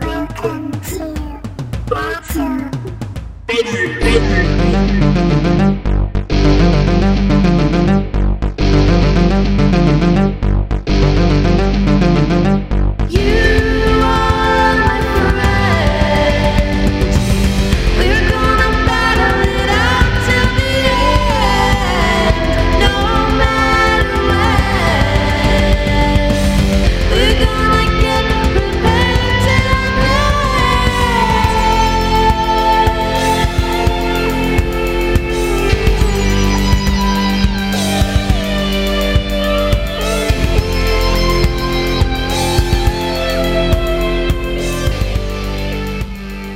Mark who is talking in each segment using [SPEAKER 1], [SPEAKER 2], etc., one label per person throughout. [SPEAKER 1] Welcome to Bachelor Basement.
[SPEAKER 2] You are my friend. We're gonna battle it out till the end, no matter when. We're gonna get prepared till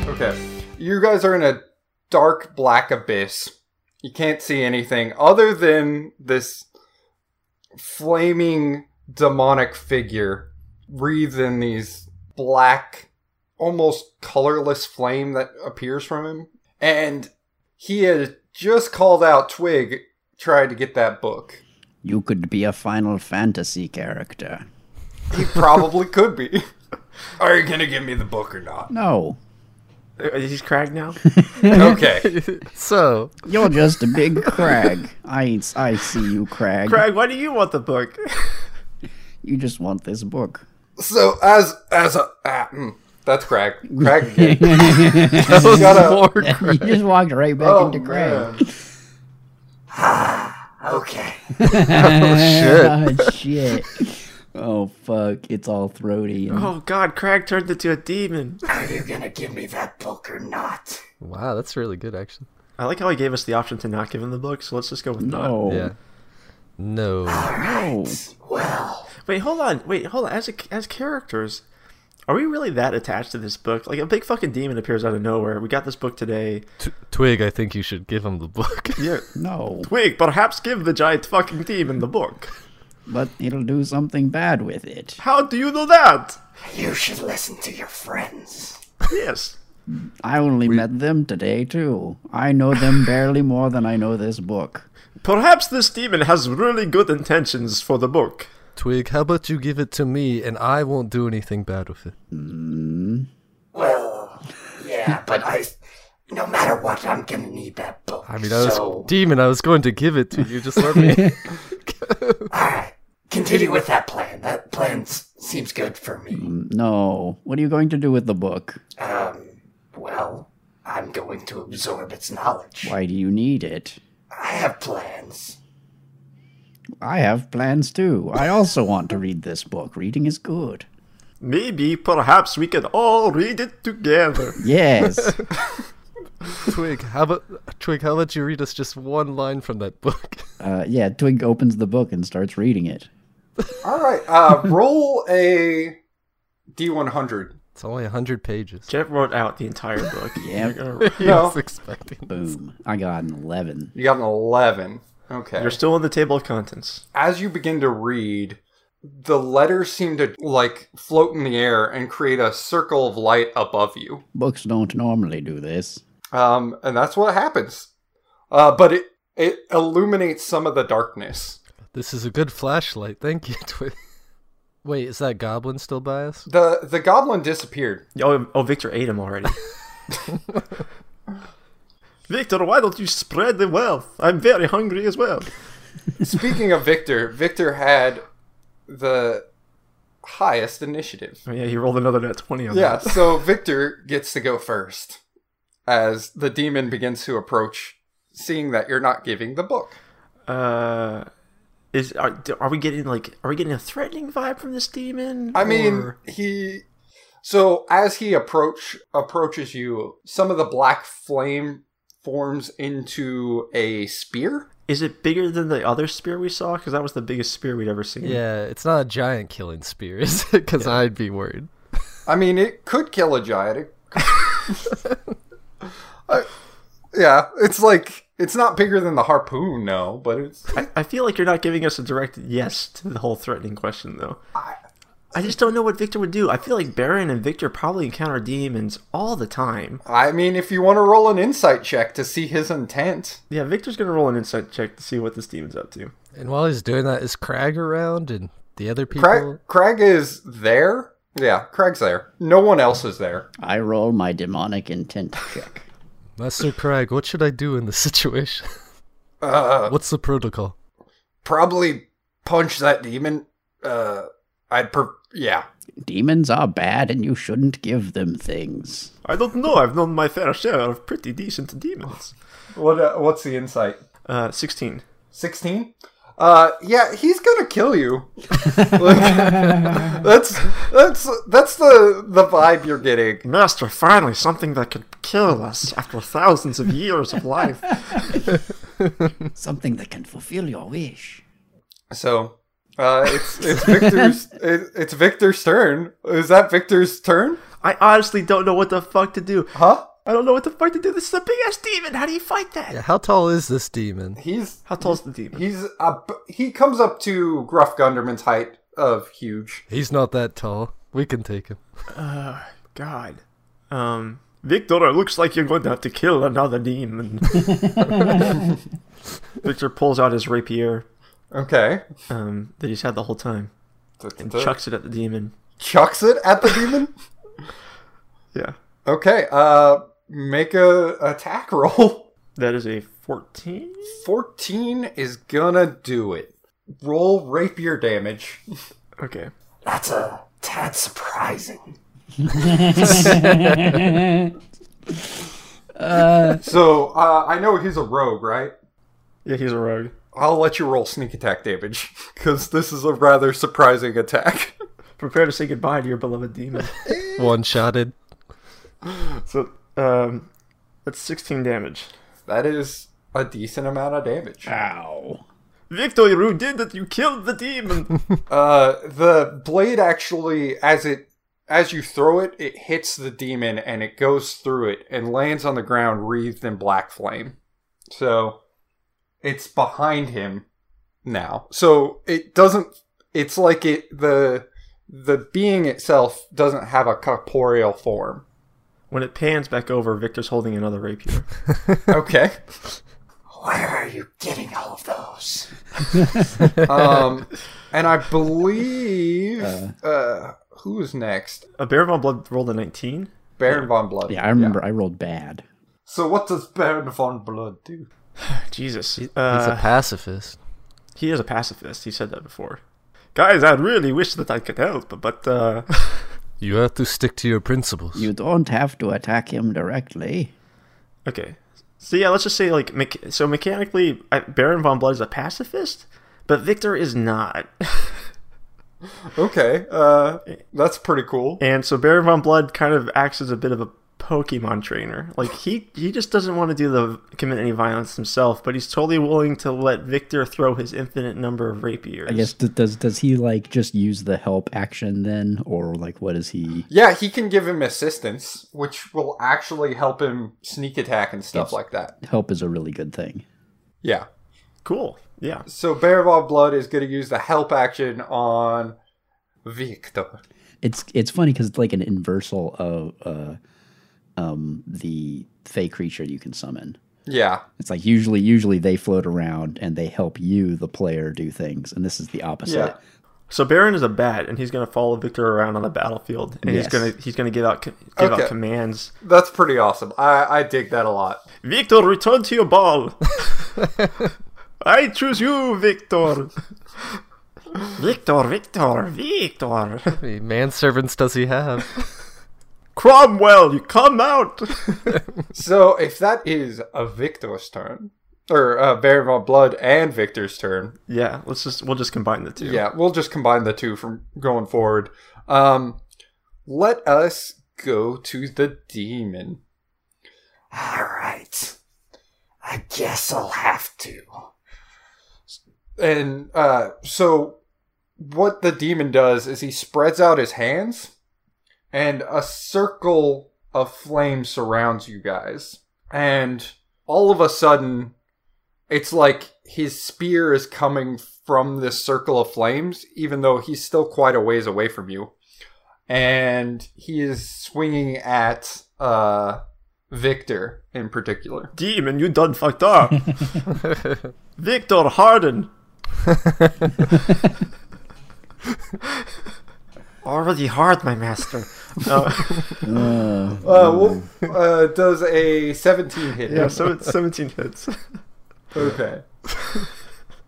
[SPEAKER 3] Okay. You guys are in a dark black abyss. You can't see anything other than this flaming demonic figure wreathed in these black, almost colorless flame that appears from him. And he had just called out Twig, tried to get that book.
[SPEAKER 4] You could be a Final Fantasy character.
[SPEAKER 3] He probably could be. Are you gonna give me the book or not?
[SPEAKER 4] No,
[SPEAKER 5] Uh, He's cracked now.
[SPEAKER 3] Okay.
[SPEAKER 5] so,
[SPEAKER 4] you're just a big crag. I, I see you, crag.
[SPEAKER 5] Craig, why do you want the book?
[SPEAKER 4] You just want this book.
[SPEAKER 3] So as as a ah, mm, that's Craig. Craig again. You gotta-
[SPEAKER 4] you just walked right back
[SPEAKER 3] Oh,
[SPEAKER 4] into crag.
[SPEAKER 3] okay.
[SPEAKER 4] Oh, shit. Oh, fuck. It's all throaty. And
[SPEAKER 5] oh God, Craig turned into a demon.
[SPEAKER 3] Are you gonna give me that book or not?
[SPEAKER 6] Wow, that's really good, actually.
[SPEAKER 5] I like how he gave us the option to not give him the book, so let's just go with no.
[SPEAKER 4] no.
[SPEAKER 6] Yeah. No.
[SPEAKER 4] No.
[SPEAKER 3] Well,
[SPEAKER 5] Wait, hold on. Wait, hold on. As a, as characters, are we really that attached to this book? Like a big fucking demon appears out of nowhere. We got this book today.
[SPEAKER 6] T- Twig, I think you should give him the book.
[SPEAKER 5] Yeah.
[SPEAKER 4] No.
[SPEAKER 5] Wait, perhaps give the giant fucking demon the book.
[SPEAKER 4] But it'll do something bad with it.
[SPEAKER 5] How do you know that?
[SPEAKER 3] you should listen to your friends.
[SPEAKER 5] Yes.
[SPEAKER 4] I only met them today, too. I know them barely more than I know this book.
[SPEAKER 5] Perhaps this demon has really good intentions for the book.
[SPEAKER 6] Twig, how about you give it to me and I won't do anything bad with it?
[SPEAKER 3] Well, yeah, but I, no matter what, I'm gonna need that book.
[SPEAKER 6] I mean, I was demon. I was going to give it to you. Just let me.
[SPEAKER 3] continue with that plan. That plan s- seems good for
[SPEAKER 6] Mm.
[SPEAKER 3] me.
[SPEAKER 4] No. What are you going to do with the book?
[SPEAKER 3] Well, I'm going to absorb its knowledge.
[SPEAKER 4] Why do you need it?
[SPEAKER 3] I have plans.
[SPEAKER 4] I have plans too. I also want to read this book. Reading is good.
[SPEAKER 5] Maybe, perhaps we can all read it together.
[SPEAKER 4] Yes.
[SPEAKER 6] Twig, how about Twig? How about you read us just one line from that book?
[SPEAKER 4] Uh, yeah, Twig opens the book and starts reading it.
[SPEAKER 3] All right, uh, roll a d100.
[SPEAKER 6] It's only hundred pages.
[SPEAKER 5] Jeff wrote out the entire book.
[SPEAKER 4] Yeah.
[SPEAKER 6] He
[SPEAKER 3] No.
[SPEAKER 6] was expecting.
[SPEAKER 4] Boom. I got an 11.
[SPEAKER 3] You got an 11. Okay.
[SPEAKER 5] You're still on the table of contents.
[SPEAKER 3] as you begin to read, the letters seem to like float in the air and create a circle of light above you.
[SPEAKER 4] Books don't normally do this.
[SPEAKER 3] Um, and that's what happens. Uh, but it, it illuminates some of the darkness.
[SPEAKER 6] This is a good flashlight. Thank you, Twig. Wait, is that goblin still by us?
[SPEAKER 3] The the goblin disappeared.
[SPEAKER 5] Oh, oh Victor ate him already. Victor, why don't you spread the wealth? I'm very hungry as well.
[SPEAKER 3] Speaking of Victor, Victor had the highest initiative.
[SPEAKER 5] Oh, yeah, he rolled another net 20 on
[SPEAKER 3] Yeah,
[SPEAKER 5] that.
[SPEAKER 3] so Victor gets to go first as the demon begins to approach, seeing that you're not giving the book.
[SPEAKER 5] Uh, is are, do- are we getting like are we getting a threatening vibe from this demon?
[SPEAKER 3] I mean,
[SPEAKER 5] Or-
[SPEAKER 3] he. So as he approach approaches you, some of the black flame forms into a spear.
[SPEAKER 5] is it bigger than the other spear we saw? Because that was the biggest spear we'd ever seen.
[SPEAKER 6] Yeah, it's not a giant killing spear, is it? Because I'd be worried.
[SPEAKER 3] I mean, it could kill a giant. It- I- yeah, it's like it's not bigger than the harpoon, no, but it's.
[SPEAKER 5] I, I feel like you're not giving us a direct yes to the whole threatening question, though. I just don't know what Victor would do. I feel like Baron and Victor probably encounter demons all the time.
[SPEAKER 3] I mean, if you want to roll an insight check to see his intent,
[SPEAKER 5] Yeah, Victor's gonna roll an insight check to see what this demon's up to.
[SPEAKER 6] And while he's doing that, is Crag around and the other people?
[SPEAKER 3] Craig, Craig is there, Yeah, Craig's there. No one else is there.
[SPEAKER 4] I roll my demonic intent check.
[SPEAKER 6] Master Crag, what should I do in this situation?
[SPEAKER 3] Uh,
[SPEAKER 6] What's the protocol?
[SPEAKER 3] probably punch that demon. Uh, I'd per yeah.
[SPEAKER 4] Demons are bad and you shouldn't give them things.
[SPEAKER 5] I don't know. I've known my fair share of pretty decent demons.
[SPEAKER 3] What uh, what's the insight?
[SPEAKER 5] Uh, 16.
[SPEAKER 3] Sixteen. Uh, yeah, he's gonna kill you. Like, that's that's that's the the vibe you're getting.
[SPEAKER 5] Master, finally, something that could kill us after thousands of years of life.
[SPEAKER 4] Something that can fulfill your wish.
[SPEAKER 3] So, uh, it's it's Victor's it, it's Victor's turn. Is that Victor's turn?
[SPEAKER 5] I honestly don't know what the fuck to do.
[SPEAKER 3] Huh?
[SPEAKER 5] I don't know what the fuck to do. This is a big ass demon. How do you fight that?
[SPEAKER 6] Yeah, how tall is this demon?
[SPEAKER 3] He's
[SPEAKER 5] How tall's the demon?
[SPEAKER 3] he's up. He comes up to Gruff Gunderman's height of huge.
[SPEAKER 6] He's not that tall. We can take him.
[SPEAKER 5] God. Um, Victor, it looks like you're going to have to kill another demon. Victor pulls out his rapier
[SPEAKER 3] Okay.
[SPEAKER 5] um, that he's had the whole time and chucks it at the demon.
[SPEAKER 3] chucks it at the demon.
[SPEAKER 5] Yeah.
[SPEAKER 3] Okay, uh, make a attack roll.
[SPEAKER 5] That is a 14?
[SPEAKER 3] Fourteen is gonna do it. Roll rapier damage.
[SPEAKER 5] Okay.
[SPEAKER 3] That's a tad surprising. so uh, I know he's a rogue, right?
[SPEAKER 5] Yeah, he's a rogue.
[SPEAKER 3] I'll let you roll sneak attack damage because this is a rather surprising attack.
[SPEAKER 5] Prepare to say goodbye to your beloved demon.
[SPEAKER 6] One shotted.
[SPEAKER 5] so, um, that's 16 damage.
[SPEAKER 3] that is a decent amount of damage.
[SPEAKER 4] Ow.
[SPEAKER 5] Victor, you did that. You killed the demon.
[SPEAKER 3] Uh, the blade actually, as it as you throw it, it hits the demon and it goes through it and lands on the ground, wreathed in black flame. So it's behind him now. So it doesn't. It's like it the the being itself doesn't have a corporeal form.
[SPEAKER 5] when it pans back over, Victor's holding another rapier.
[SPEAKER 3] Okay.
[SPEAKER 7] Where are you getting all of those?
[SPEAKER 3] um, and I believe uh, who is next?
[SPEAKER 5] A Baron von Blood rolled a 19.
[SPEAKER 3] Baron von Blood.
[SPEAKER 4] Yeah, I remember I rolled bad.
[SPEAKER 3] So what does Baron von Blood do?
[SPEAKER 5] Jesus.
[SPEAKER 6] He's
[SPEAKER 5] Uh,
[SPEAKER 6] a pacifist.
[SPEAKER 5] He is a pacifist. He said that before. Guys, I really wish that I could help, but uh,
[SPEAKER 6] You have to stick to your principles.
[SPEAKER 4] You don't have to attack him directly.
[SPEAKER 5] okay. So yeah, let's just say like mech- so mechanically, I- Baron von Blood is a pacifist, but Victor is not.
[SPEAKER 3] Okay, uh, that's pretty cool.
[SPEAKER 5] And so Baron von Blood kind of acts as a bit of a Pokemon trainer. Like he he just doesn't want to do the commit any violence himself, but he's totally willing to let Victor throw his infinite number of rapiers.
[SPEAKER 4] I guess th- does does he like just use the help action then, or like what is he?
[SPEAKER 3] Yeah, he can give him assistance, which will actually help him sneak attack and stuff
[SPEAKER 4] Yes.
[SPEAKER 3] like that.
[SPEAKER 4] Help is a really good thing.
[SPEAKER 3] Yeah.
[SPEAKER 5] cool. Yeah.
[SPEAKER 3] So Bear of Blood is going to use the help action on Victor.
[SPEAKER 4] It's it's funny because it's like an inversal of uh, um, the fey creature you can summon.
[SPEAKER 3] Yeah.
[SPEAKER 4] It's like usually usually they float around and they help you, the player, do things, and this is the opposite.
[SPEAKER 5] So Baron is a bat, and he's gonna follow Victor around on the battlefield, and
[SPEAKER 4] Yes.
[SPEAKER 5] he's gonna he's gonna give out co- give
[SPEAKER 3] Okay.
[SPEAKER 5] out commands.
[SPEAKER 3] That's pretty awesome. I, I dig that a lot.
[SPEAKER 5] Victor, return to your ball. I choose you, Victor. Victor, Victor, Victor.
[SPEAKER 6] How many manservants does he have?
[SPEAKER 5] Cromwell, you come out.
[SPEAKER 3] So if that is a Victor's turn, or uh, Baron von Blood and Victor's turn,
[SPEAKER 5] yeah, let's just we'll just combine the two.
[SPEAKER 3] yeah, we'll just combine the two from going forward. Um, let us go to the demon.
[SPEAKER 7] All right. I guess I'll have to.
[SPEAKER 3] and uh, so what the demon does is he spreads out his hands and a circle of flame surrounds you guys and all of a sudden it's like his spear is coming from this circle of flames even though he's still quite a ways away from you and he is swinging at uh, victor in particular
[SPEAKER 5] Demon, you done fucked up. Victor Harden. Already hard, my master. Uh,
[SPEAKER 4] Uh,
[SPEAKER 3] Uh, well, uh, does a 17 hit.
[SPEAKER 5] yeah, so it's 17 hits.
[SPEAKER 3] Okay.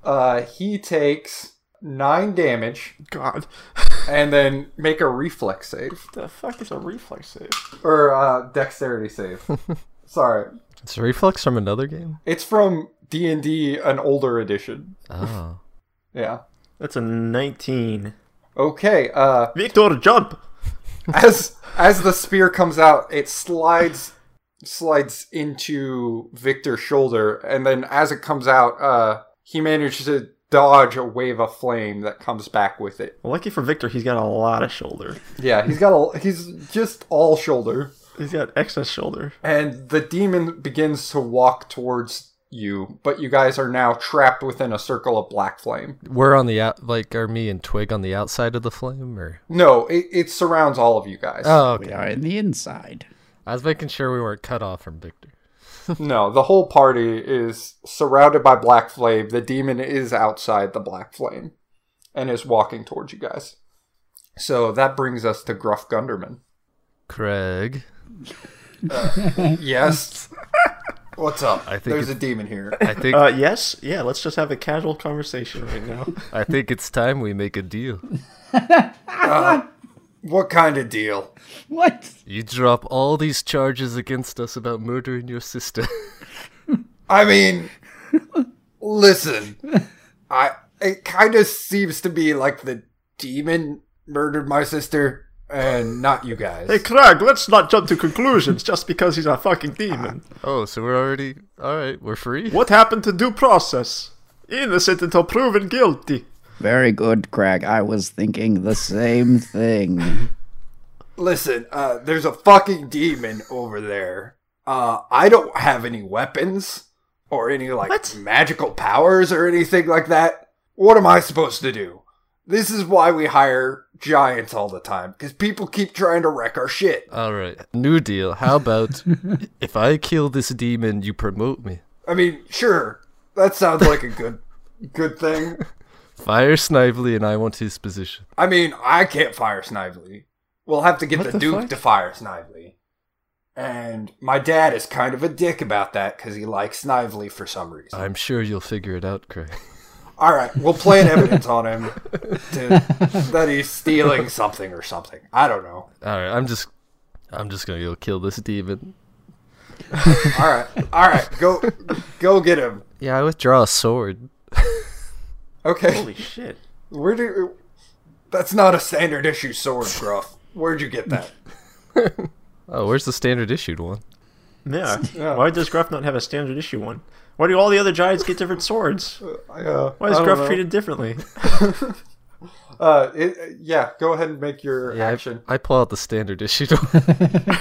[SPEAKER 3] Uh, he takes nine damage
[SPEAKER 5] God.
[SPEAKER 3] and then make a reflex save
[SPEAKER 5] The fuck is a reflex save?
[SPEAKER 3] or uh, dexterity save. Sorry,
[SPEAKER 6] It's a reflex from another game.
[SPEAKER 3] it's from D and D, an older edition.
[SPEAKER 6] Oh,
[SPEAKER 3] Yeah.
[SPEAKER 5] That's a 19.
[SPEAKER 3] Okay. Uh,
[SPEAKER 5] Victor, jump!
[SPEAKER 3] as as the spear comes out, it slides slides into Victor's shoulder, and then as it comes out, uh, he manages to dodge a wave of flame that comes back with it.
[SPEAKER 5] Lucky for Victor, he's got a lot of shoulder.
[SPEAKER 3] Yeah, he's got a he's just all shoulder,
[SPEAKER 5] He's got excess shoulder.
[SPEAKER 3] and the demon begins to walk towards you, but you guys are now trapped within a circle of black flame.
[SPEAKER 6] we're on the out, like are me and Twig on the outside of the flame, or
[SPEAKER 3] No, it, it surrounds all of you guys.
[SPEAKER 6] oh,
[SPEAKER 4] we
[SPEAKER 6] okay.
[SPEAKER 4] are in the inside.
[SPEAKER 6] I was making sure we weren't cut off from Victor.
[SPEAKER 3] No, the whole party is surrounded by black flame. The demon is outside the black flame and is walking towards you guys. So that brings us to Gruff Gunderman.
[SPEAKER 6] Craig,
[SPEAKER 3] Yes. What's up?
[SPEAKER 6] I think
[SPEAKER 3] There's a
[SPEAKER 6] it's-
[SPEAKER 3] demon here.
[SPEAKER 6] I think
[SPEAKER 5] Uh, yes? Yeah, let's just have a casual conversation right now.
[SPEAKER 6] I think it's time we make a deal.
[SPEAKER 3] What kind of deal?
[SPEAKER 4] What?
[SPEAKER 6] You drop all these charges against us about murdering your sister.
[SPEAKER 3] I mean, listen. I it kind of seems to be like the demon murdered my sister and not you guys.
[SPEAKER 5] Hey, Craig, let's not jump to conclusions just because he's a fucking demon.
[SPEAKER 6] oh, so we're already all right. We're free.
[SPEAKER 5] What happened to due process? Innocent until proven guilty.
[SPEAKER 4] Very good, Craig. I was thinking the same thing.
[SPEAKER 3] Listen, uh, there's a fucking demon over there. Uh, I don't have any weapons or any like magical powers or anything like that. What am I supposed to do? This is why we hire giants all the time because people keep trying to wreck our shit.
[SPEAKER 6] All right. New deal. How about if I kill this demon, you promote me?
[SPEAKER 3] I mean, sure, that sounds like a good, good thing.
[SPEAKER 6] Fire Snively, and I want his position.
[SPEAKER 3] I mean, I can't fire Snively. We'll have to get the, Duke to fire Snively. And my dad is kind of a dick about that because he likes Snively for some reason.
[SPEAKER 6] I'm sure you'll figure it out, Craig.
[SPEAKER 3] All right, we'll plant evidence on him to, that he's stealing something or something. I don't know.
[SPEAKER 6] All right. I'm just, I'm just gonna go kill this demon.
[SPEAKER 3] All right, all right, go, go get him.
[SPEAKER 6] Yeah, I withdraw a sword.
[SPEAKER 3] Okay,
[SPEAKER 5] Holy shit.
[SPEAKER 3] where do? That's not a standard issue sword, Gruff. Where'd you get that?
[SPEAKER 6] Oh, where's the standard issued one?
[SPEAKER 5] Yeah. Why does Gruff not have a standard issue one? Why do all the other giants get different swords?
[SPEAKER 3] Uh,
[SPEAKER 5] Why is Gruff treated differently?
[SPEAKER 3] Uh, it, yeah, go ahead and make your
[SPEAKER 6] Yeah, I-
[SPEAKER 3] action.
[SPEAKER 6] I, pull out the standard issued one.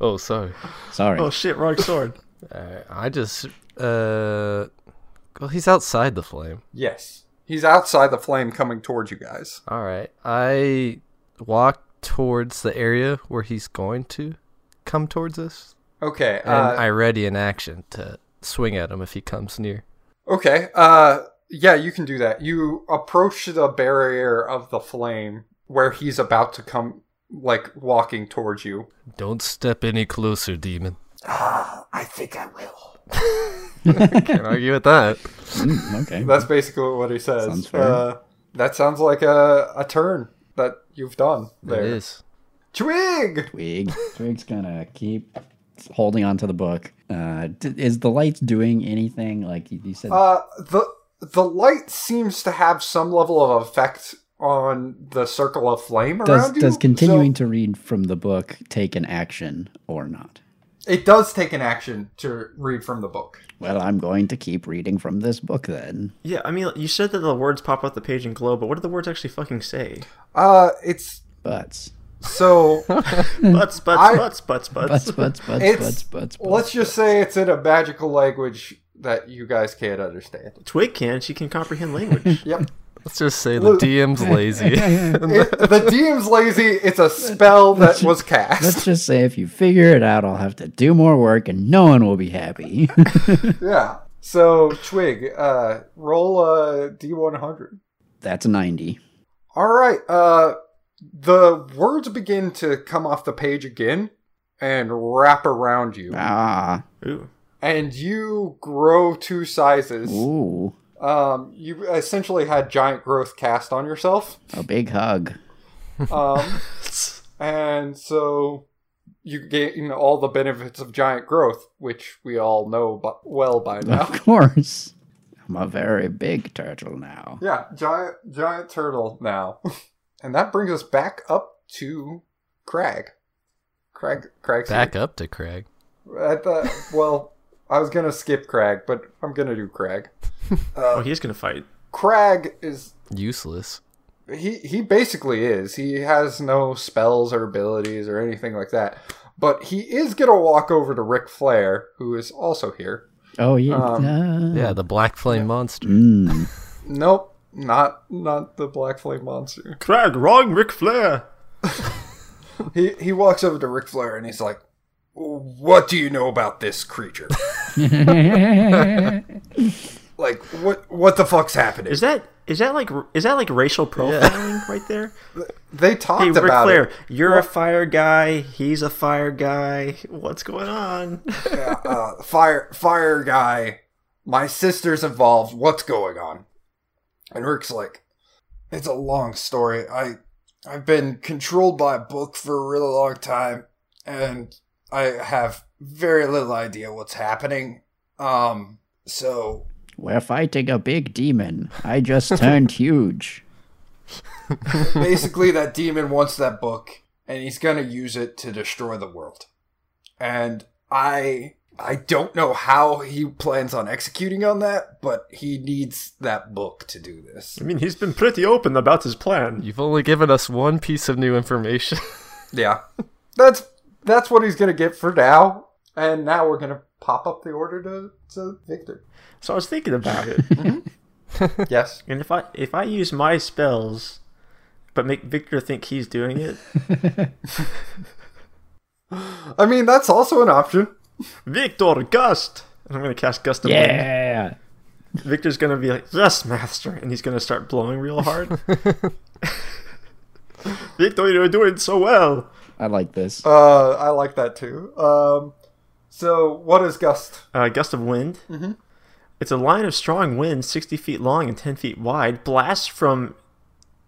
[SPEAKER 6] oh, sorry.
[SPEAKER 4] Sorry.
[SPEAKER 5] Oh shit, wrong sword.
[SPEAKER 6] Alright, I just, uh, well, he's outside the flame.
[SPEAKER 3] Yes, he's outside the flame, coming towards you guys.
[SPEAKER 6] All right. I walk towards the area where he's going to come towards us,
[SPEAKER 3] Okay.
[SPEAKER 6] and
[SPEAKER 3] Uh,
[SPEAKER 6] I ready an action to swing at him if he comes near.
[SPEAKER 3] Okay. Uh yeah, you can do that. You approach the barrier of the flame where he's about to come like walking towards you.
[SPEAKER 6] Don't step any closer, demon.
[SPEAKER 7] I think I will.
[SPEAKER 6] Can't argue with that.
[SPEAKER 4] Mm, okay.
[SPEAKER 3] That's basically what he says.
[SPEAKER 4] Sounds fair.
[SPEAKER 3] uh that sounds like a a turn that you've done there.
[SPEAKER 6] There it is.
[SPEAKER 3] Twig.
[SPEAKER 4] Twig. Twig's gonna keep holding on to the book. Uh, d- is the lights doing anything? Like you you said,
[SPEAKER 3] Uh the the light seems to have some level of effect on the circle of flame
[SPEAKER 4] does
[SPEAKER 3] around you.
[SPEAKER 4] does
[SPEAKER 3] so-
[SPEAKER 4] continuing to read from the book take an action or not?
[SPEAKER 3] it does take an action to read from the book.
[SPEAKER 4] Well, I'm going to keep reading from this book then.
[SPEAKER 5] Yeah, I mean, you said that the words pop out the page and glow, but what do the words actually fucking say?
[SPEAKER 3] Uh it's
[SPEAKER 4] Butts,
[SPEAKER 3] so
[SPEAKER 5] Butts, butts,
[SPEAKER 3] I-
[SPEAKER 5] butts, butts, butts.
[SPEAKER 4] butts, butts, butts,
[SPEAKER 3] It's-
[SPEAKER 4] butts, butts.
[SPEAKER 3] Let's just say it's in a magical language that you guys can't understand.
[SPEAKER 5] Twig can. She can comprehend language.
[SPEAKER 3] Yep.
[SPEAKER 6] Let's just say the
[SPEAKER 3] Look-
[SPEAKER 6] DM's lazy.
[SPEAKER 3] It- the DM's lazy. It's a spell that was
[SPEAKER 4] Let's
[SPEAKER 3] cast.
[SPEAKER 4] just say if you figure it out, I'll have to do more work, and no one will be happy.
[SPEAKER 3] Yeah. So, Twig, uh, roll a D100.
[SPEAKER 4] That's ninety.
[SPEAKER 3] All right. Uh, The words begin to come off the page again and wrap around you.
[SPEAKER 4] Ah.
[SPEAKER 5] Ooh.
[SPEAKER 3] And you grow two sizes.
[SPEAKER 4] Ooh.
[SPEAKER 3] Um, you essentially had giant growth cast on yourself.
[SPEAKER 4] A big hug.
[SPEAKER 3] Um, and so you gain all the benefits of giant growth, which we all know bu- well by now.
[SPEAKER 4] Of course. I'm a very big turtle now.
[SPEAKER 3] yeah, giant giant turtle now. and that brings us back up to Crag. Crag Crag's
[SPEAKER 6] Back up to Craig.
[SPEAKER 3] At the, well, I was gonna skip Crag, but I'm gonna do Crag.
[SPEAKER 5] Oh, he's gonna fight.
[SPEAKER 3] Crag is
[SPEAKER 6] Useless.
[SPEAKER 3] he he basically is. He has no spells or abilities or anything like that. But he is gonna walk over to Ric Flair, who is also here.
[SPEAKER 4] Oh yeah.
[SPEAKER 3] Um,
[SPEAKER 4] Ah.
[SPEAKER 6] Hmm. Yeah, the black flame monster.
[SPEAKER 4] Mm.
[SPEAKER 3] Nope, not not the Black Flame Monster.
[SPEAKER 5] Crag, wrong, Ric Flair.
[SPEAKER 3] He he walks over to Ric Flair and he's like, "What do you know about this creature? like, what what the fuck's happening?"
[SPEAKER 5] Is that is that like is that like racial profiling right there?
[SPEAKER 3] they talked
[SPEAKER 5] Hey, Ric
[SPEAKER 3] about
[SPEAKER 5] Flair,
[SPEAKER 3] it.
[SPEAKER 5] you're a fire guy. He's a fire guy. What's going on?
[SPEAKER 3] uh, fire fire guy my sister's involved what's going on and rick's like it's a long story i i've been controlled by a book for a really long time and i have very little idea what's happening um so
[SPEAKER 4] We're fighting a big demon. I just turned huge.
[SPEAKER 3] basically that demon wants that book and he's going to use it to destroy the world and i i don't know how he plans on executing on that but he needs that book to do this
[SPEAKER 5] I mean, he's been pretty open about his plan.
[SPEAKER 6] You've only given us one piece of new information.
[SPEAKER 3] yeah that's that's what he's going to get for now and now we're going to pop up the order to, to victor
[SPEAKER 5] So I was thinking about it,
[SPEAKER 3] yes
[SPEAKER 5] and if I if I use my spells, but make Victor think he's doing it,
[SPEAKER 3] i mean that's also an option
[SPEAKER 5] Victor Gust, and I'm gonna cast Gust of Wind.
[SPEAKER 4] Yeah.
[SPEAKER 5] Victor's gonna be like, yes, master, and he's gonna start blowing real hard. Victor, you're doing so well.
[SPEAKER 4] I like this.
[SPEAKER 3] uh i like that too um so what is gust
[SPEAKER 5] Uh, gust of wind. Mm-hmm. It's a line of strong wind, 60 feet long and 10 feet wide, blasts from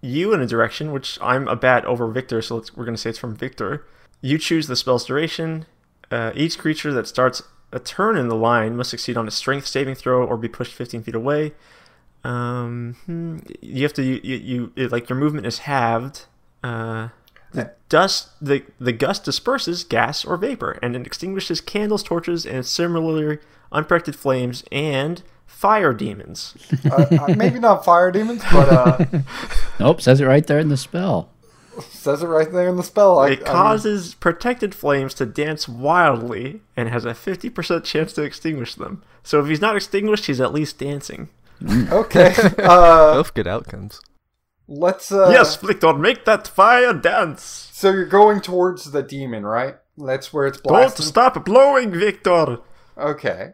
[SPEAKER 5] you in a direction, which I'm a bat over Victor, so let's, we're going to say it's from Victor. You choose the spell's duration. Uh, each creature that starts a turn in the line must succeed on a strength saving throw or be pushed 15 feet away. Um, hmm, you have to you, you, you it, like your movement is halved. Uh, the dust the the gust disperses gas or vapor and it extinguishes candles, torches, and similar unprotected flames and fire demons.
[SPEAKER 3] uh, uh, maybe not fire demons but uh
[SPEAKER 4] Nope, says it right there in the spell.
[SPEAKER 3] says it right there in the spell I,
[SPEAKER 5] It
[SPEAKER 3] I mean-
[SPEAKER 5] causes protected flames to dance wildly and has a fifty percent chance to extinguish them. So if he's not extinguished, he's at least dancing.
[SPEAKER 3] Okay. Uh,
[SPEAKER 6] Both good outcomes.
[SPEAKER 3] let's. Uh,
[SPEAKER 5] yes, Flictor, make that fire dance.
[SPEAKER 3] So you're going towards the demon, right? That's where it's
[SPEAKER 5] Don't
[SPEAKER 3] blasting.
[SPEAKER 5] stop blowing, Victor.
[SPEAKER 3] Okay.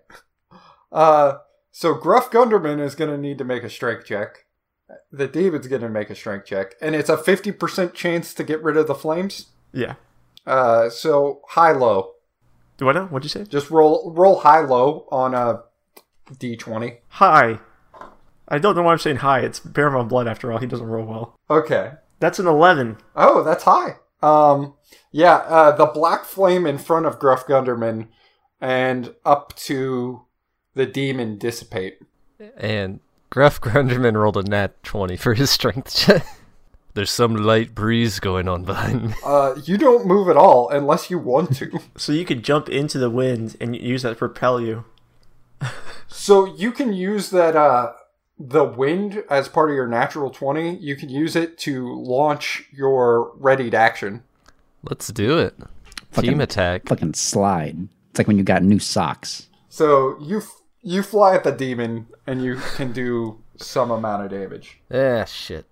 [SPEAKER 3] Uh, so Gruff Gunderman is going to need to make a strength check. The David's going to make a strength check, and it's a fifty percent chance to get rid of the flames.
[SPEAKER 5] Yeah.
[SPEAKER 3] Uh, so high low.
[SPEAKER 5] What? now? What'd you say?
[SPEAKER 3] Just roll roll high low on a d twenty.
[SPEAKER 5] Hi. I don't know why I'm saying hi. It's Baron von Blood after all. He doesn't roll well.
[SPEAKER 3] Okay.
[SPEAKER 5] That's an 11.
[SPEAKER 3] Oh, that's high. Um, yeah, uh, the black flame in front of Gruff Gunderman and up to the demon dissipate.
[SPEAKER 6] And Gruff Grunderman rolled a nat 20 for his strength check. There's some light breeze going on behind me.
[SPEAKER 3] Uh, you don't move at all unless you want to.
[SPEAKER 5] So you could jump into the wind and use that to propel you.
[SPEAKER 3] so you can use that, uh, the wind as part of your natural 20. You can use it to launch your readied action.
[SPEAKER 6] Let's do it. Team
[SPEAKER 4] Fucking-
[SPEAKER 6] attack.
[SPEAKER 4] Fucking slide. It's like when you got new socks.
[SPEAKER 3] So you, f- you fly at the demon and you can do some amount of damage.
[SPEAKER 6] Ah, shit.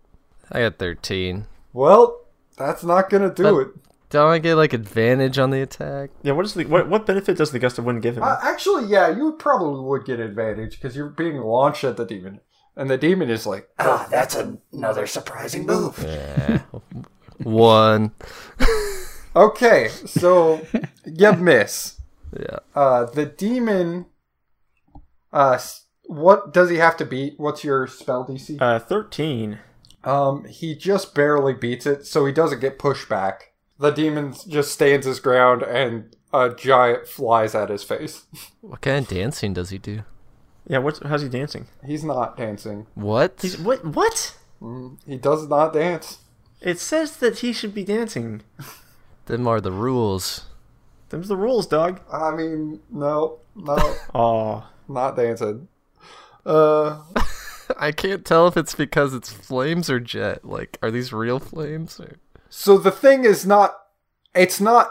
[SPEAKER 6] I got 13.
[SPEAKER 3] Well, that's not gonna do
[SPEAKER 6] But-
[SPEAKER 3] it.
[SPEAKER 6] Don't I get like advantage on the attack?
[SPEAKER 5] Yeah, what is the what, what benefit does the gust of wind give him?
[SPEAKER 3] Uh, actually, yeah, you probably would get advantage because you're being launched at the demon, and the demon is like,
[SPEAKER 7] Ah, that's an- another surprising move.
[SPEAKER 6] Yeah. One.
[SPEAKER 3] Okay, so you miss.
[SPEAKER 6] Yeah.
[SPEAKER 3] Uh, the demon. Uh, s- what does he have to beat? What's your spell DC?
[SPEAKER 5] Uh, 13.
[SPEAKER 3] Um, he just barely beats it, so he doesn't get pushback. The demon just stands his ground, and a giant flies at his face.
[SPEAKER 6] What kind of dancing does he do?
[SPEAKER 5] Yeah, what's, how's he dancing?
[SPEAKER 3] He's not dancing.
[SPEAKER 6] What?
[SPEAKER 5] He's, what? What?
[SPEAKER 3] He does not dance.
[SPEAKER 5] It says that he should be dancing.
[SPEAKER 6] Them are the rules.
[SPEAKER 5] Them's the rules, dog.
[SPEAKER 3] I mean, no, no,
[SPEAKER 5] Oh,
[SPEAKER 3] not dancing. Uh,
[SPEAKER 6] I can't tell if it's because it's flames or jet. Like, are these real flames? Or...
[SPEAKER 3] so the thing is not. It's not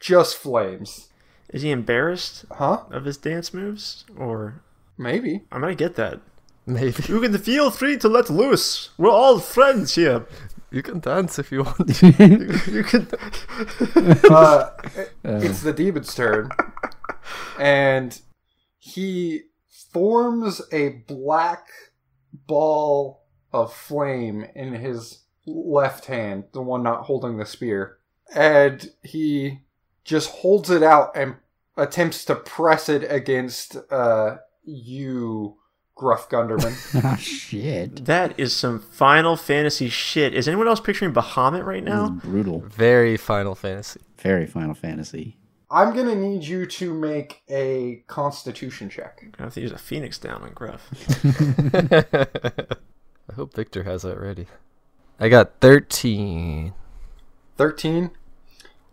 [SPEAKER 3] just flames,
[SPEAKER 5] is he embarrassed
[SPEAKER 3] huh?
[SPEAKER 5] of his dance moves? Or
[SPEAKER 3] Maybe.
[SPEAKER 5] I might get that.
[SPEAKER 6] Maybe.
[SPEAKER 5] You can feel free to let loose. We're all friends here.
[SPEAKER 6] You can dance if you want.
[SPEAKER 5] You can.
[SPEAKER 3] Uh, it- it's the demon's turn, and he forms a black ball of flame in his left hand, the one not holding the spear, and he just holds it out and attempts to press it against uh, you, Gruff Gunderman.
[SPEAKER 4] Ah, shit.
[SPEAKER 5] that is some Final Fantasy shit. Is anyone else picturing Bahamut right
[SPEAKER 4] This is
[SPEAKER 5] now?
[SPEAKER 4] brutal.
[SPEAKER 6] Very Final Fantasy.
[SPEAKER 4] Very Final Fantasy.
[SPEAKER 3] I'm gonna need you to make a Constitution check.
[SPEAKER 5] I have to use a phoenix down on Gruff.
[SPEAKER 6] I hope Victor has that ready. I got 13.
[SPEAKER 3] 13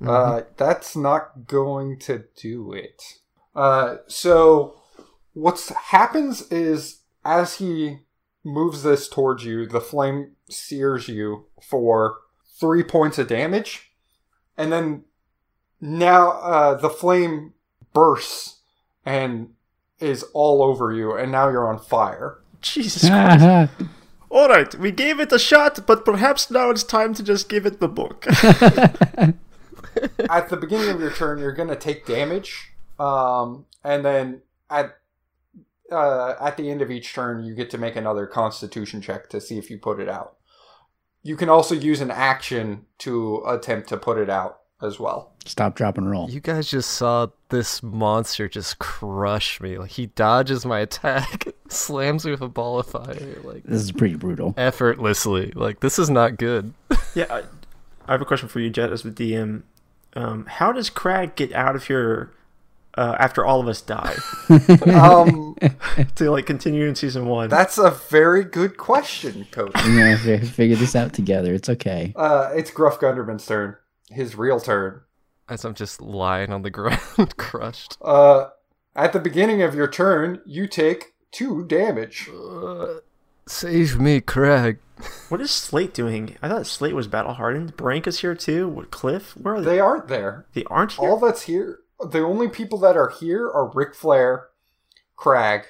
[SPEAKER 3] uh that's not going to do it uh so what's happens is as he moves this towards you the flame sears you for three points of damage and then now uh the flame bursts and is all over you and now you're on fire
[SPEAKER 5] Jesus Christ.
[SPEAKER 4] Ah,
[SPEAKER 5] All right, we gave it a shot, but perhaps now it's time to just give it the book.
[SPEAKER 3] at the beginning of your turn, you're gonna take damage, um, and then at uh, at the end of each turn, you get to make another Constitution check to see if you put it out. You can also use an action to attempt to put it out as well.
[SPEAKER 4] Stop, drop, and roll.
[SPEAKER 6] You guys just saw this monster just crush me. Like, he dodges my attack, slams me with a ball of fire, like,
[SPEAKER 4] This is pretty brutal.
[SPEAKER 6] effortlessly. Like, this is not good.
[SPEAKER 5] yeah, I, I have a question for you, Jet, as the DM. Um, how does Crag get out of here uh, after all of us die
[SPEAKER 3] Um,
[SPEAKER 5] to like continue in season one?
[SPEAKER 3] that's a very good question, Coach.
[SPEAKER 4] Yeah, we figure this out together. It's okay.
[SPEAKER 3] Uh, it's Gruff Gunderman's turn, his real turn.
[SPEAKER 6] As I'm just lying on the ground, crushed.
[SPEAKER 3] Uh, at the beginning of your turn, you take two damage.
[SPEAKER 6] Save me, Craig.
[SPEAKER 5] What is Slate doing? I thought Slate was battle hardened. Brank is here too. What, Cliff? Where are they?
[SPEAKER 3] They aren't there.
[SPEAKER 5] They aren't here.
[SPEAKER 3] All that's here, the only people that are here are Ric Flair, Crag,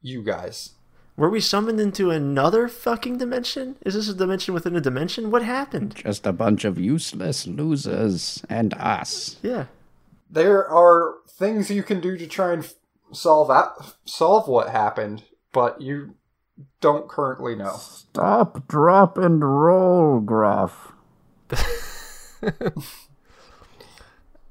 [SPEAKER 3] you guys.
[SPEAKER 5] Were we summoned into another fucking dimension? Is this a dimension within a dimension? What happened?
[SPEAKER 4] Just a bunch of useless losers and us.
[SPEAKER 5] Yeah.
[SPEAKER 3] There are things you can do to try and f- solve that, solve what happened, but you don't currently know.
[SPEAKER 4] Stop, drop, and roll, Gruff.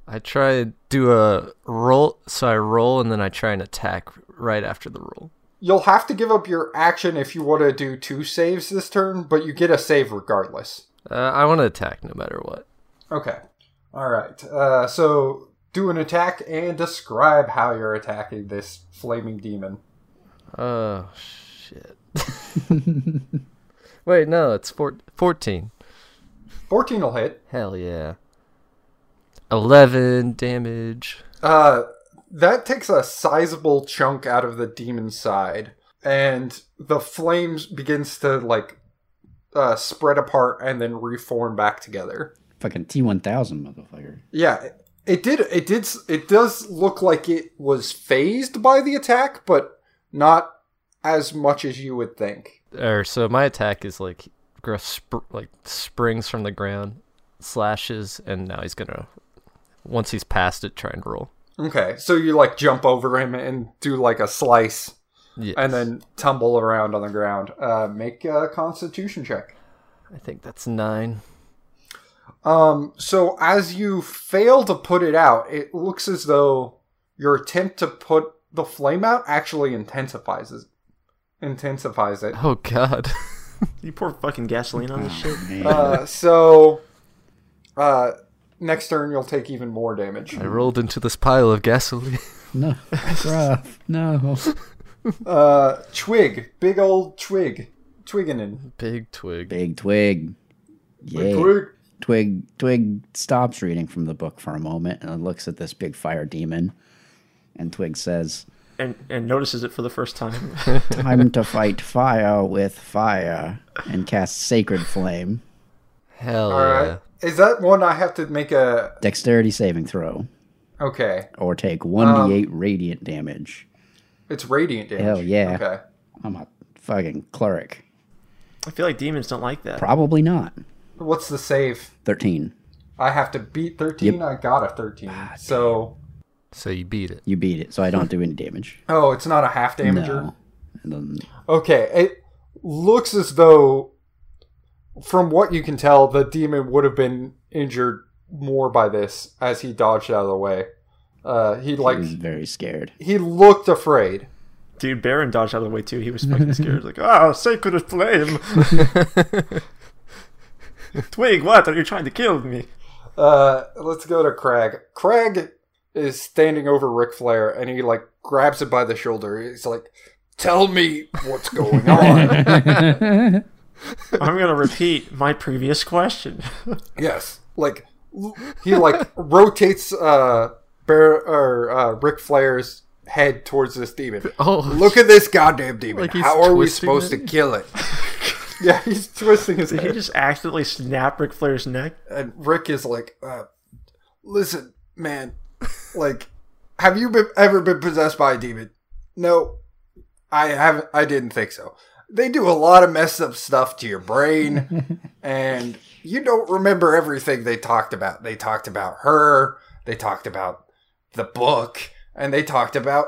[SPEAKER 6] I try and do a roll, so I roll and then I try and attack right after the roll.
[SPEAKER 3] You'll have to give up your action if you want to do two saves this turn, but you get a save regardless.
[SPEAKER 6] Uh, I want to attack no matter what.
[SPEAKER 3] Okay. All right. Uh, so do an attack and describe how you're attacking this flaming demon.
[SPEAKER 6] Oh, shit. Wait, no, it's four- 14.
[SPEAKER 3] 14 will hit.
[SPEAKER 6] Hell yeah. 11 damage.
[SPEAKER 3] Uh, that takes a sizable chunk out of the demon's side, and the flames begins to like uh, spread apart and then reform back together.
[SPEAKER 4] Fucking T1000, motherfucker.
[SPEAKER 3] Yeah, it, it did. It did. s- It does look like it was phased by the attack, but not as much as you would think.
[SPEAKER 6] Or so my attack is like Gruff sp- like springs from the ground, slashes, and now he's gonna once he's past it, try and roll.
[SPEAKER 3] Okay, so you like jump over him and do like a slice,
[SPEAKER 6] Yeah,
[SPEAKER 3] and then tumble around on the ground. Uh, make a Constitution check.
[SPEAKER 6] I think that's nine.
[SPEAKER 3] Um, so as you fail to put it out, it looks as though your attempt to put the flame out actually intensifies it. Intensifies it.
[SPEAKER 6] Oh god.
[SPEAKER 5] You pour fucking gasoline on this shit.
[SPEAKER 3] Uh, so uh, next turn you'll take even more damage.
[SPEAKER 6] I rolled into this pile of gasoline.
[SPEAKER 4] No, rough. No.
[SPEAKER 3] Uh, twig, big old twig, twigginin.
[SPEAKER 6] Big twig.
[SPEAKER 4] Big twig. Yeah. Twig Twig stops reading from the book for a moment and looks at this big fire demon. And Twig says,
[SPEAKER 5] And and notices it for the first time.
[SPEAKER 4] "Time to fight fire with fire," and casts sacred flame.
[SPEAKER 6] Hell
[SPEAKER 3] All right.
[SPEAKER 6] yeah.
[SPEAKER 3] Is that one I have to make a
[SPEAKER 4] Dexterity saving throw,
[SPEAKER 3] okay?
[SPEAKER 4] or take one d eight radiant damage.
[SPEAKER 3] It's radiant damage.
[SPEAKER 4] Hell yeah.
[SPEAKER 3] Okay.
[SPEAKER 4] I'm a fucking cleric.
[SPEAKER 5] I feel like demons don't like that.
[SPEAKER 4] Probably not.
[SPEAKER 3] What's the save?
[SPEAKER 4] Thirteen.
[SPEAKER 3] I have to beat thirteen. I got a thirteen.
[SPEAKER 4] Ah,
[SPEAKER 3] so
[SPEAKER 6] So you beat it.
[SPEAKER 4] You beat it, so I don't do any damage.
[SPEAKER 3] oh, it's not a half damager.
[SPEAKER 4] No. And then-
[SPEAKER 3] Okay, it looks as though, from what you can tell, the demon would have been injured more by this as he dodged out of the way. Uh, he like
[SPEAKER 4] he's very scared.
[SPEAKER 3] he looked afraid.
[SPEAKER 5] Dude, Baron dodged out of the way too. He was fucking scared. Like, oh, sacred flame. Twig, what? Are you trying to kill me?
[SPEAKER 3] Uh, let's go to Craig. Craig is standing over Ric Flair, and he like grabs it by the shoulder. He's like, "Tell me what's going on."
[SPEAKER 5] I'm gonna repeat my previous question.
[SPEAKER 3] yes, like l- he like rotates uh, Bear or uh, Ric Flair's head towards this demon.
[SPEAKER 6] Oh
[SPEAKER 3] Look at this goddamn demon.
[SPEAKER 6] Like he's
[SPEAKER 3] How are we
[SPEAKER 6] twisting
[SPEAKER 3] supposed
[SPEAKER 6] it?
[SPEAKER 3] to kill it? yeah, he's twisting his
[SPEAKER 5] Did he
[SPEAKER 3] head.
[SPEAKER 5] just accidentally snap Ric Flair's neck?
[SPEAKER 3] And Rick is like, uh, listen, man, like, have you been, ever been possessed by a demon? No, I haven't. I didn't think so. They do a lot of messed up stuff to your brain, and you don't remember everything they talked about. They talked about her, they talked about the book, and they talked about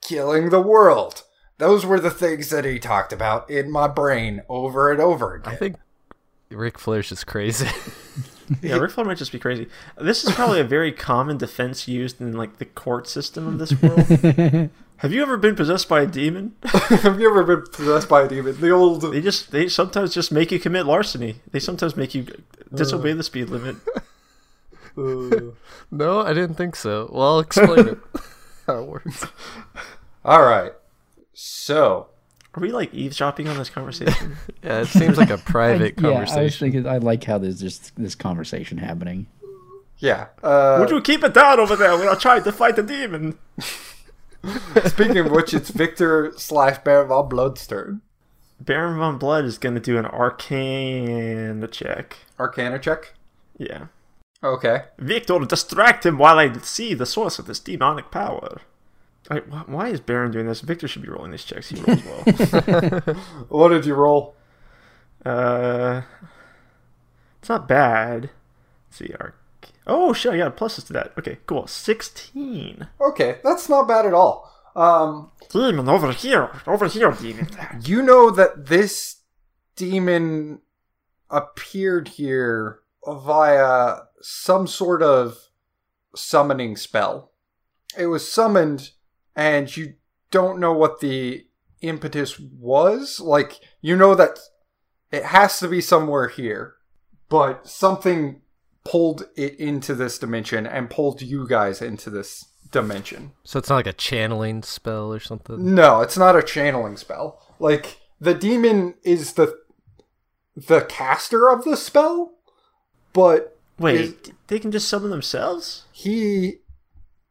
[SPEAKER 3] killing the world. Those were the things that he talked about in my brain over and over
[SPEAKER 6] I
[SPEAKER 3] again.
[SPEAKER 6] think Ric Flair's just crazy.
[SPEAKER 5] Yeah, Ric Flair might just be crazy. This is probably a very common defense used in like the court system of this world. Have you ever been possessed by a demon?
[SPEAKER 3] Have you ever been possessed by a demon? The old
[SPEAKER 5] They just they sometimes just make you commit larceny. They sometimes make you disobey the speed limit.
[SPEAKER 6] no, I didn't think so. Well I'll explain it. How it works.
[SPEAKER 3] All right. So,
[SPEAKER 5] Are we like eavesdropping on this conversation?
[SPEAKER 6] Yeah, it seems like a private
[SPEAKER 4] Yeah, I was
[SPEAKER 6] conversation.
[SPEAKER 4] thinking. I like how there's just this conversation happening.
[SPEAKER 3] yeah. Uh,
[SPEAKER 5] Would you keep it down over there when I tried to fight the demon?
[SPEAKER 3] speaking of which, it's Victor slash Baron von Bloodstern.
[SPEAKER 5] Baron von Blood is gonna do an arcane check.
[SPEAKER 3] Arcana check.
[SPEAKER 5] Yeah.
[SPEAKER 3] Okay.
[SPEAKER 5] Victor, distract him while I see the source of this demonic power. I, wh- why is Baron doing this? Victor should be rolling these checks. He rolls well.
[SPEAKER 3] What did you roll?
[SPEAKER 5] uh, it's not bad. Let's see, our oh shit, I got pluses to that. Okay, cool. Sixteen.
[SPEAKER 3] Okay, that's not bad at all. Um,
[SPEAKER 5] Demon over here, over here, demon.
[SPEAKER 3] you know that this demon appeared here via some sort of summoning spell. It was summoned, and you don't know what the impetus was. Like, you know that it has to be somewhere here, but something pulled it into this dimension and pulled you guys into this dimension.
[SPEAKER 6] So it's not like a channeling spell or something.
[SPEAKER 3] No, it's not a channeling spell. Like the demon is the the caster of the spell, but
[SPEAKER 5] Wait, they can just summon themselves?
[SPEAKER 3] he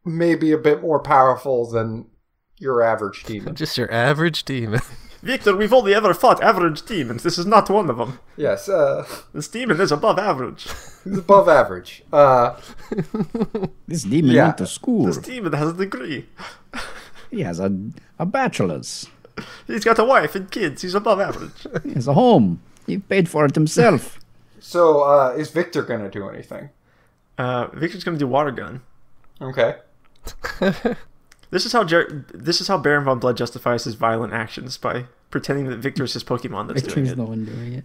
[SPEAKER 3] may be a bit more powerful than your average demon.
[SPEAKER 6] Just your average demon.
[SPEAKER 5] Victor, we've only ever fought average demons. This is not one of them.
[SPEAKER 3] yes, uh,
[SPEAKER 5] This demon is above average.
[SPEAKER 3] he's above average. Uh,
[SPEAKER 4] This demon
[SPEAKER 3] Yeah.
[SPEAKER 4] went to school.
[SPEAKER 5] This demon has a degree.
[SPEAKER 4] He has a a bachelor's.
[SPEAKER 5] He's got a wife and kids. He's above average.
[SPEAKER 4] He has a home. He paid for it himself.
[SPEAKER 3] so uh, is Victor gonna do anything?
[SPEAKER 5] Uh, Victor's gonna do water gun.
[SPEAKER 3] Okay.
[SPEAKER 5] This is how Jer- this is how Baron von Blood justifies his violent actions by pretending that Victor's his Pokemon that's doing
[SPEAKER 4] Victor's
[SPEAKER 5] it.
[SPEAKER 4] the one doing it.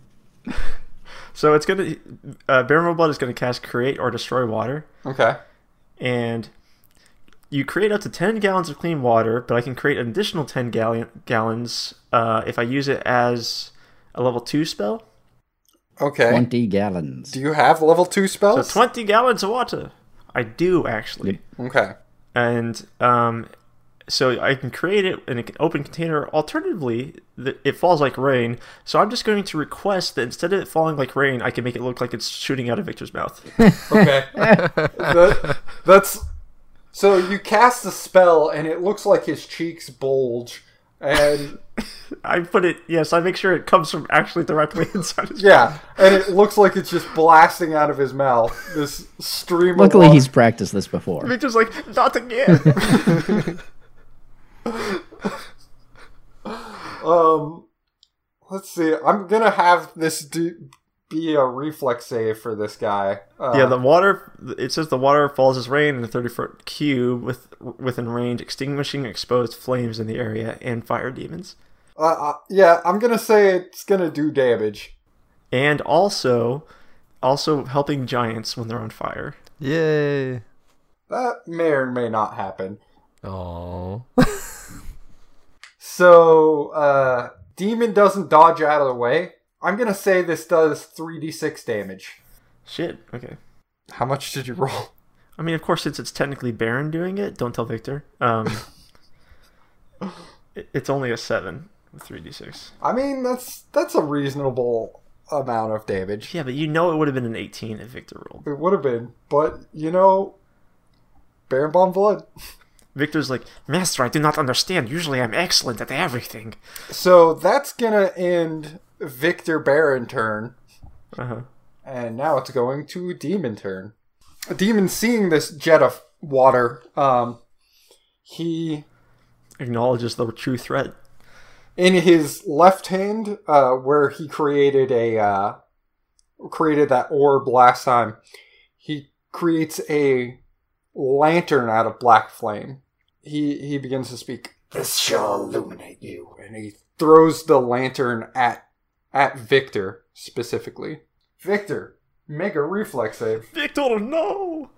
[SPEAKER 5] So it's gonna uh, Barrel Blood is gonna cast Create or Destroy Water,
[SPEAKER 3] Okay.
[SPEAKER 5] and you create up to ten gallons of clean water, but I can create an additional ten gallon gallons uh, if I use it as a level two spell.
[SPEAKER 3] Okay.
[SPEAKER 4] 20 gallons.
[SPEAKER 3] Do you have level two
[SPEAKER 5] So
[SPEAKER 3] spells?
[SPEAKER 5] twenty gallons of water. I do actually.
[SPEAKER 3] okay.
[SPEAKER 5] and um, so I can create it in an open container. Alternatively, th- it falls like rain, so I'm just going to request that instead of it falling like rain, I can make it look like it's shooting out of Victor's mouth.
[SPEAKER 3] Okay. That- that's so you cast a spell and it looks like his cheeks bulge and
[SPEAKER 5] I put it yes, I make sure it comes from actually directly inside. His
[SPEAKER 3] yeah, and it looks like it's just blasting out of his mouth. This stream.
[SPEAKER 4] Luckily,
[SPEAKER 3] of
[SPEAKER 4] he's practiced this before.
[SPEAKER 5] Victor's like, not again.
[SPEAKER 3] um. Let's see. I'm gonna have this do, be a reflex save for this guy. Uh,
[SPEAKER 5] yeah, the water. It says the water falls as rain in a 30 foot cube with within range, extinguishing exposed flames in the area and fire demons.
[SPEAKER 3] uh, uh, yeah. I'm gonna say it's gonna do damage.
[SPEAKER 5] and also also helping giants when they're on fire.
[SPEAKER 6] Yay.
[SPEAKER 3] That may or may not happen.
[SPEAKER 6] Oh.
[SPEAKER 3] So, uh, demon doesn't dodge out of the way. I'm gonna say this does 3d6 damage.
[SPEAKER 5] Shit. Okay.
[SPEAKER 3] How much did you roll?
[SPEAKER 5] I mean, of course, since it's technically Baron doing it, don't tell Victor. Um, it- it's only a seven with three d six.
[SPEAKER 3] I mean, that's that's a reasonable amount of damage.
[SPEAKER 5] Yeah, but you know it would have been an eighteen if Victor rolled.
[SPEAKER 3] It would have been, but you know, Baron Bomb Blood.
[SPEAKER 5] Victor's like, Master, I do not understand. Usually, I'm excellent at everything.
[SPEAKER 3] So that's gonna end Victor Baron turn,
[SPEAKER 5] Uh huh.
[SPEAKER 3] and now it's going to Demon turn. Demon seeing this jet of water, um, he
[SPEAKER 5] Acknowledges the true threat.
[SPEAKER 3] in his left hand uh, where he created a uh, created that orb last time he creates a lantern out of black flame he he begins to speak
[SPEAKER 7] This shall illuminate you.
[SPEAKER 3] and he throws the lantern at at victor specifically victor make a reflex save
[SPEAKER 5] Victor, no.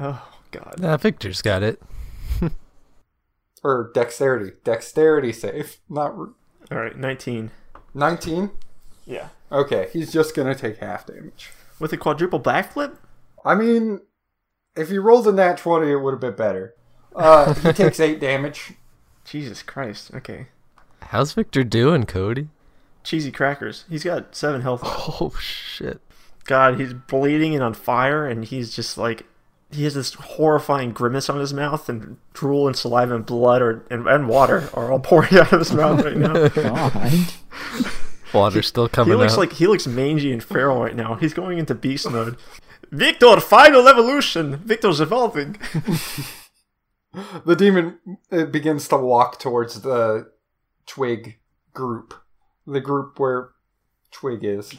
[SPEAKER 5] Oh God.
[SPEAKER 6] Nah, Victor's got it.
[SPEAKER 3] or dexterity dexterity save not
[SPEAKER 5] All right, nineteen.
[SPEAKER 3] 19
[SPEAKER 5] Yeah.
[SPEAKER 3] okay he's just gonna take half damage
[SPEAKER 5] With a quadruple backflip.
[SPEAKER 3] I mean, if he rolled a nat 20, it would have been better. Uh, he takes 8 damage.
[SPEAKER 5] Jesus Christ. Okay.
[SPEAKER 6] How's Victor doing, Cody?
[SPEAKER 5] cheesy crackers. He's got seven health.
[SPEAKER 6] Oh shit.
[SPEAKER 5] God, he's bleeding and on fire, and he's just like he has this horrifying grimace on his mouth, and drool and saliva and blood or and, and water are all pouring out of his mouth right now.
[SPEAKER 4] God.
[SPEAKER 6] Water's still coming
[SPEAKER 5] He looks
[SPEAKER 6] out.
[SPEAKER 5] like he looks mangy and feral right now. He's going into beast mode. Victor, final evolution. Victor's evolving.
[SPEAKER 3] The demon uh, begins to walk towards the twig group, the group where twig is.